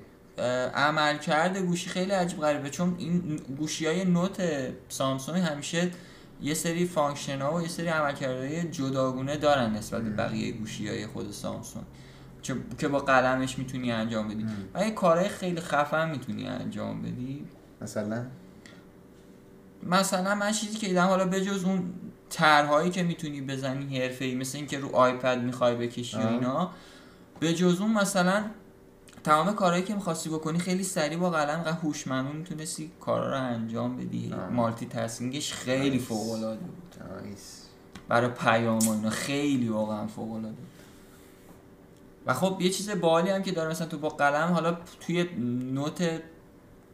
عمل کرده گوشی خیلی عجیب غریبه چون این گوشی های نوت سامسونگ همیشه یه سری فانکشن ها و یه سری عملکردهای جداگونه دارن نسبت به بقیه گوشی های خود سامسونگ چه- که با قلمش میتونی انجام بدی و یه کارهای خیلی خفن میتونی انجام بدی مثلا مثلا من چیزی که دیدم حالا بجز اون طرحهایی که میتونی بزنی حرفه ای مثل اینکه رو آیپد میخوای بکشی و آه. اینا به جز اون مثلا تمام کارهایی که میخواستی بکنی خیلی سریع با قلم و هوشمندانه میتونستی کارا رو انجام بدی آه. مالتی تاسکینگش خیلی نایس. فوق العاده بود نایس برای پیام و اینا خیلی واقعا فوق العاده بود و خب یه چیز بالی هم که داره مثلا تو با قلم حالا توی نوت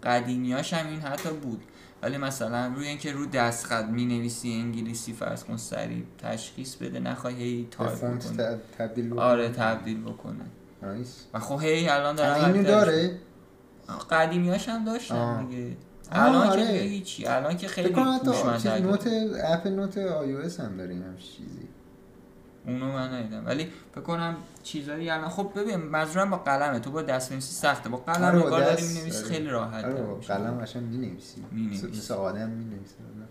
قدیمیاش هم این حتی بود ولی مثلا روی اینکه رو دست خط می نویسی انگلیسی فرض کن سریع تشخیص بده نخوای هی به تایپ فونت بکنی تب- تبدیل بکنم. آره تبدیل بکنه نایس و خب هی الان دارن اینو بدترش داره قدیمیاش هم داشتن آه. دیگه آه، الان آره. که دیگه هیچی الان که خیلی فکر کنم حتی هوشمند چیز تر نوت شده. اپ نوت آی او اس هم داره این همچین چیزی اونو من ندیدم ولی فکر کنم چیزایی الان خب ببین منظورم با قلمه تو با دست بنویسی سخته با قلم آره، با نگار داری دست، می‌نویسی آره. خیلی راحت آره تر با میشه. قلم قشنگ می‌نویسی می‌نویسی. مثل آدم می‌نویسی آدم.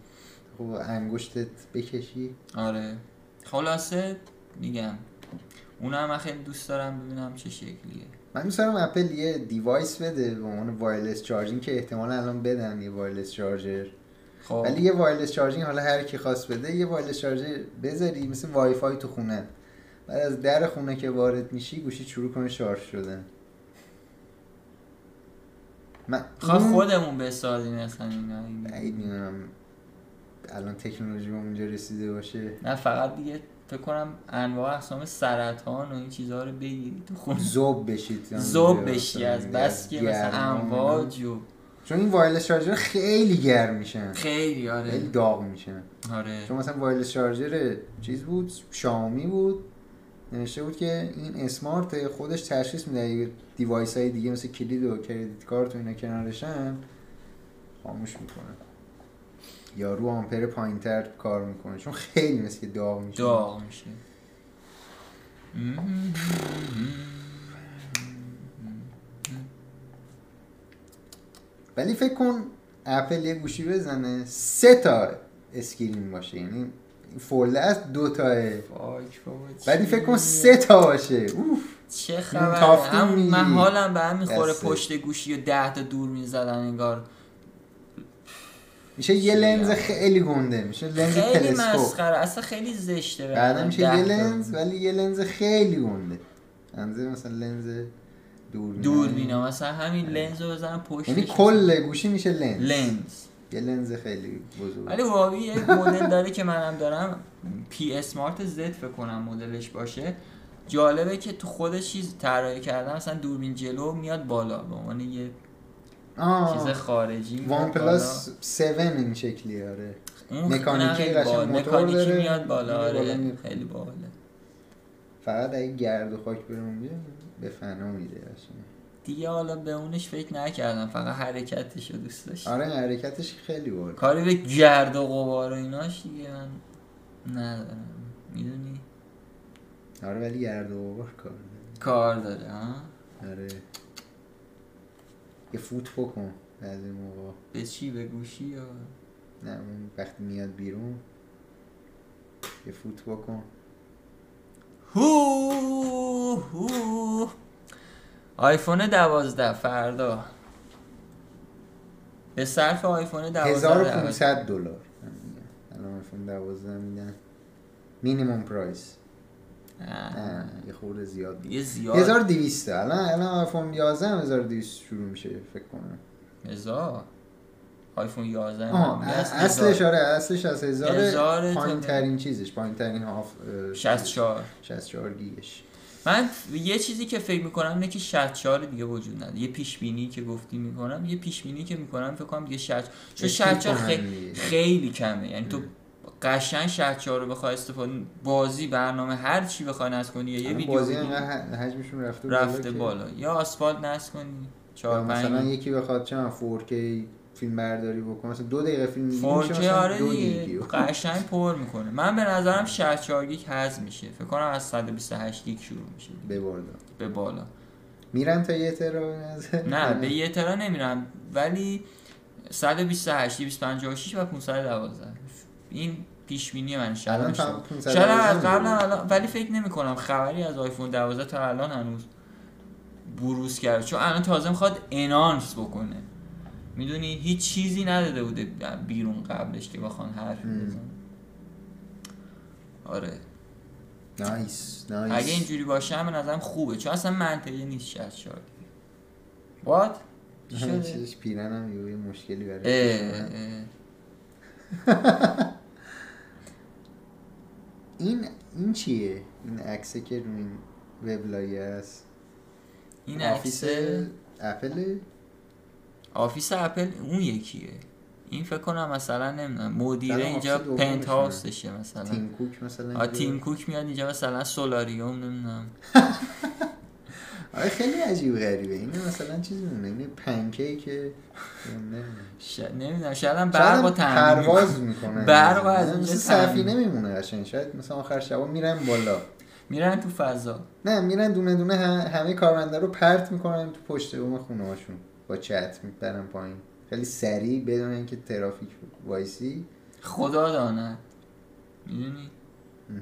خب با انگشتت بکشی آره خلاصه میگم اونم من خیلی دوست دارم ببینم چه شکلیه من دوست دارم اپل یه دیوایس بده به عنوان وایرلس چارجینگ که احتمالا الان بدن یه وایرلس چارجر خب ولی یه وایرلس چارجینگ حالا هر کی خواست بده یه وایرلس چارجر بذاری مثل وای فای تو خونه بعد از در خونه که وارد میشی گوشی شروع کنه شارژ شدن من خواهد اون- خودمون بسازیم اصلا اینا این- بعید میدونم الان تکنولوژی به اونجا رسیده باشه نه فقط دیگه فکر کنم انواع اقسام سرطان و این چیزها رو بگیری تو خون زوب بشید زوب بشی از بس که مثلا گرما و اینا. امواج و چون این وایرلس شارژر خیلی گرم میشن خیلی خیلی آره داغ میشن آره چون مثلا وایرلس شارژر چیز بود شامی بود نوشته بود که این اسمارت خودش تشخیص میده دیوایس های دیگه مثل کلید و کردیت کارت و اینا کنارشن خاموش میکنه یا رو آمپر پایینتر کار میکنه چون خیلی مثل که داغ میشه داغ میشه ولی فکر کن اپل یه گوشی بزنه سه تا اسکرین باشه یعنی فولد است دو تا فاک بابا، چی ولی فکر کن میگی؟ سه تا باشه اوف چه تافتون خبره هم میگیری. من حالم به هم میخوره دسته. پشت گوشی و ده تا دور میزدن انگار میشه یه لنز خیلی گنده میشه لنز خیلی تلسکوپ مسخره اصلا خیلی زشته به بعدا نظر. میشه ده یه تا لنز ولی یه لنز خیلی گنده اندازه مثلا لنز دور دور بینا مثلا همین لنز رو بزنم پشتش یعنی کل گوشی میشه لنز لنز یه لنز خیلی بزرگ ولی هواوی یک مدل داره که منم دارم پی اسمارت زد فکر کنم مدلش باشه جالبه که تو خودش چیز طراحی کردن مثلا دوربین جلو میاد بالا به عنوان یه چیز آه خارجی میاد وان پلاس 7 این شکلی آره بالا. اون مکانیکی خیلی قشنگ بالا. موتور مکانیکی داره. میاد بالا بالا آره میاد. خیلی بالا فقط اگه گرد و خاک بره اونجا به فنا میده قشنگ. دیگه حالا به اونش فکر نکردم فقط حرکتش رو دوست داشتم آره حرکتش خیلی بود کاری به گرد و غبار و ایناش دیگه من ندارم میدونی آره ولی گرد و غبار کار نداره. کار داره ها آره یه فوت بکن از این موقع به چی به گوشی یا نه اون وقتی میاد بیرون یه فوت بکن هو هو آیفون دوازده فردا به صرف آیفون دوازده 1500 دلار من میگم. الان آیفون 12 میدن مینیمم پرایس نه یه خورده زیاد بود. یه زیاد هزار 1200 الان الان آیفون 11 هم 1200 شروع میشه فکر کنم آیفون یازده آه هم هست، اصلش هزار. آره اصلش از هزار هزاره تا- پایین ترین چیزش پایین ترین هاف اه، 64 64 گیگش من یه چیزی که فکر میکنم اینه که 64 دیگه وجود نداره یه پیش بینی که گفتی میکنم یه پیش بینی که میکنم فکر کنم دیگه 64 فکر چون کنم 64 خیلی دیگه. خیلی کمه یعنی تو قشنگ 64 رو بخوای استفاده بازی برنامه هر چی بخوای نصب کنی یا یه الان ویدیو بازی بگیری، اینقدر ح- حجمشون رفته رفته که- بالا یا آسفالت نصب کنی یا 4 مثلا 5 یکی بخواد چه من 4K فیلم برداری بکنه مثلا دو دقیقه فیلم دیگه میشه 4K مثلا آره دو دیگه گیگ. قشنگ پر میکنه من به نظرم 64 گیگ حذف میشه فکر کنم از 128 گیگ شروع میشه دیگه. ببردم به بالا میرن تا یه ترا به نظر؟ نه به یه ترا نمیرم ولی 128 256 و 512 این پیش بینی من شاید الان هم تا اشتباه. 512 شاید هم از قبل می‌دونی. الان ولی فکر نمی کنم خبری از آیفون 12 تا الان هنوز بروز کرد چون الان تازه میخواد انانس بکنه میدونی هیچ چیزی نداده بوده بیرون قبلش که بخوان حرف مم. بزنن آره نایس نایس اگه اینجوری باشه هم به نظرم خوبه چون اصلا منطقی نیست شاید شاید وات همین چیزش پیرنم یهو یه مشکلی برای اه، پیش اومد. اه. این این چیه این عکسه که روی این وبلاگ است این آفیس عکس اپل آفیس اپل اون یکیه این فکر کنم مثلا نمیدونم مدیر سلام، اینجا آفیس دومش پنت می‌دونم. هاوسشه مثلا تیم کوک مثلا آ اینجا- تیم کوک میاد اینجا مثلا سولاریوم نمیدونم آره خیلی عجیب غریبه این مثلا چیز میمونه این پنکیک ش... نمیدونم شاید هم برق برق و پرواز میکنن برق و از نه، اینجا مثل تعمیر. سفینه میمونه قشنگ شاید مثلا آخر شبا میرن بالا میرن تو فضا نه میرن دونه دونه هم- همه کارمنده رو پرت میکنن تو پشت بوم خونه هاشون با چت میبرن پایین خیلی سریع بدون اینکه ترافیک وایسی خدا داند میدونی مهم.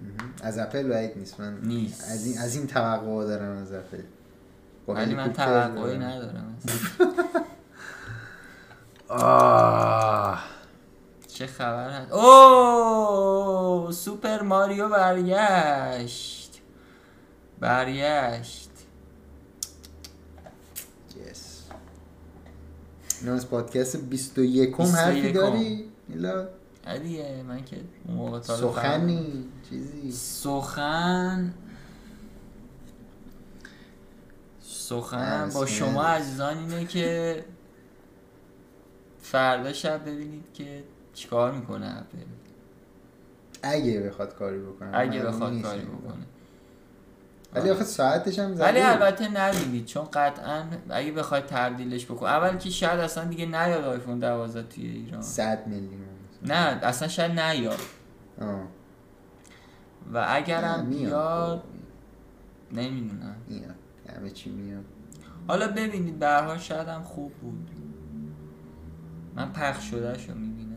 مهم. از اپل بعید نیست من نیست. از این از این توقع دارم از اپل با ولی من هلیکوپتر توقعی دارم. ندارم اصلا. آه چه خبر هست اوه سوپر ماریو برگشت برگشت yes. اینم از پادکست 21 حرفی 21. داری میلا علیه من که اون موقع تا حالا فهم- سخنی چیزی سخن سخن با اسمه. شما عزیزان اینه که فردا شب ببینید که چیکار میکنه اپل اگه بخواد کاری بکنه اگه معلوم بخواد نیست کاری اگه بکنه ولی آخه ساعتش هم زده ولی البته نبینید چون قطعا اگه بخواد تبدیلش بکنه اول که شاید اصلا دیگه نیاد آیفون 12 توی ایران 100 میلیون نه اصلا شاید نیاد آه. و اگرم میاد. بیاد نمیدونم میاد همه یعنی چی میاد حالا ببینید برها شاید هم خوب بود من پخش شدهش رو میبینم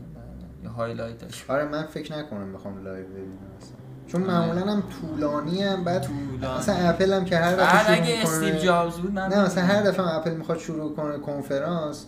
یا هایلایتش آره من فکر نکنم بخوام لایو ببینم اصلا چون آره. معمولا هم طولانی هم بعد طولانی. مثلا اپل هم که هر بعد دفعه اگه شروع استیو می‌کنه- جابز بود من نه مثلا می‌دیدم. هر دفعه هم اپل میخواد شروع کنه کنفرانس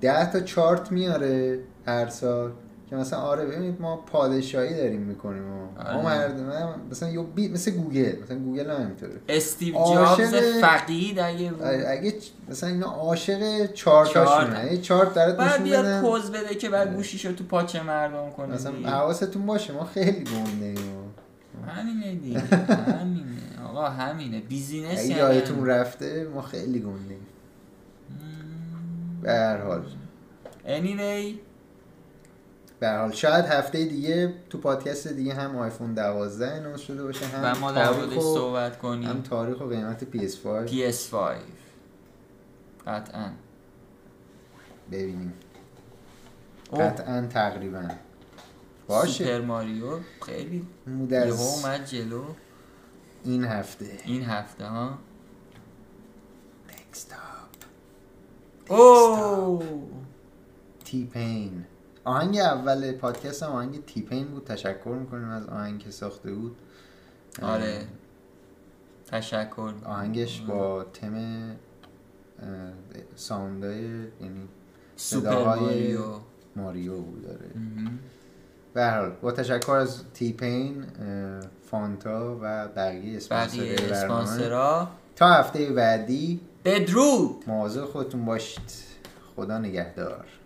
10 تا چارت میاره هر سال که مثلا آره ببینید ما پادشاهی داریم میکنیم آره. ما مردم هم- مثلا یه بیت مثل گوگل مثلا گوگل هم همینطوره استیو عاشق- جابز فقید اگه بود آره، اگه چ- مثلا اینا عاشق چارت. چارتاشونه یه چارت برات بعد نشون آره. بیاد بدن پوز بده که بعد گوشیشو تو پاچه مردم کنه مثلا دیگه. حواستون باشه ما خیلی گم نیم همینه دیگه همینه آقا همینه بیزینس اگه یعنی یادتون همین. رفته ما خیلی گندیم به هر حال Anyway به هر حال شاید هفته دیگه تو پادکست دیگه هم آیفون 12 انوانس شده باشه هم و ما در تاریخ موردش و- صحبت هم کنیم تاریخ و قیمت PS5 PS5 قطعا ببینیم اوه، قطعا تقریبا باشه سوپر ماریو خیلی مود یهو از اومد جلو این هفته این هفته ها دکستاپ اوه تی پین آهنگ اول پادکست هم آهنگ تی پین بود تشکر میکنیم از آهنگ که ساخته بود آره تشکر آهنگش با تم اه، ساوندای یعنی سوپر صداهای- ماریو ماریو بود داره مهم. به هر حال با تشکر از تی پین فانتا و بقیه بقیه اسپانسرهای برنامه اسپانسرها تا هفته بعدی بدرود مواظب خودتون باشید خدا نگهدار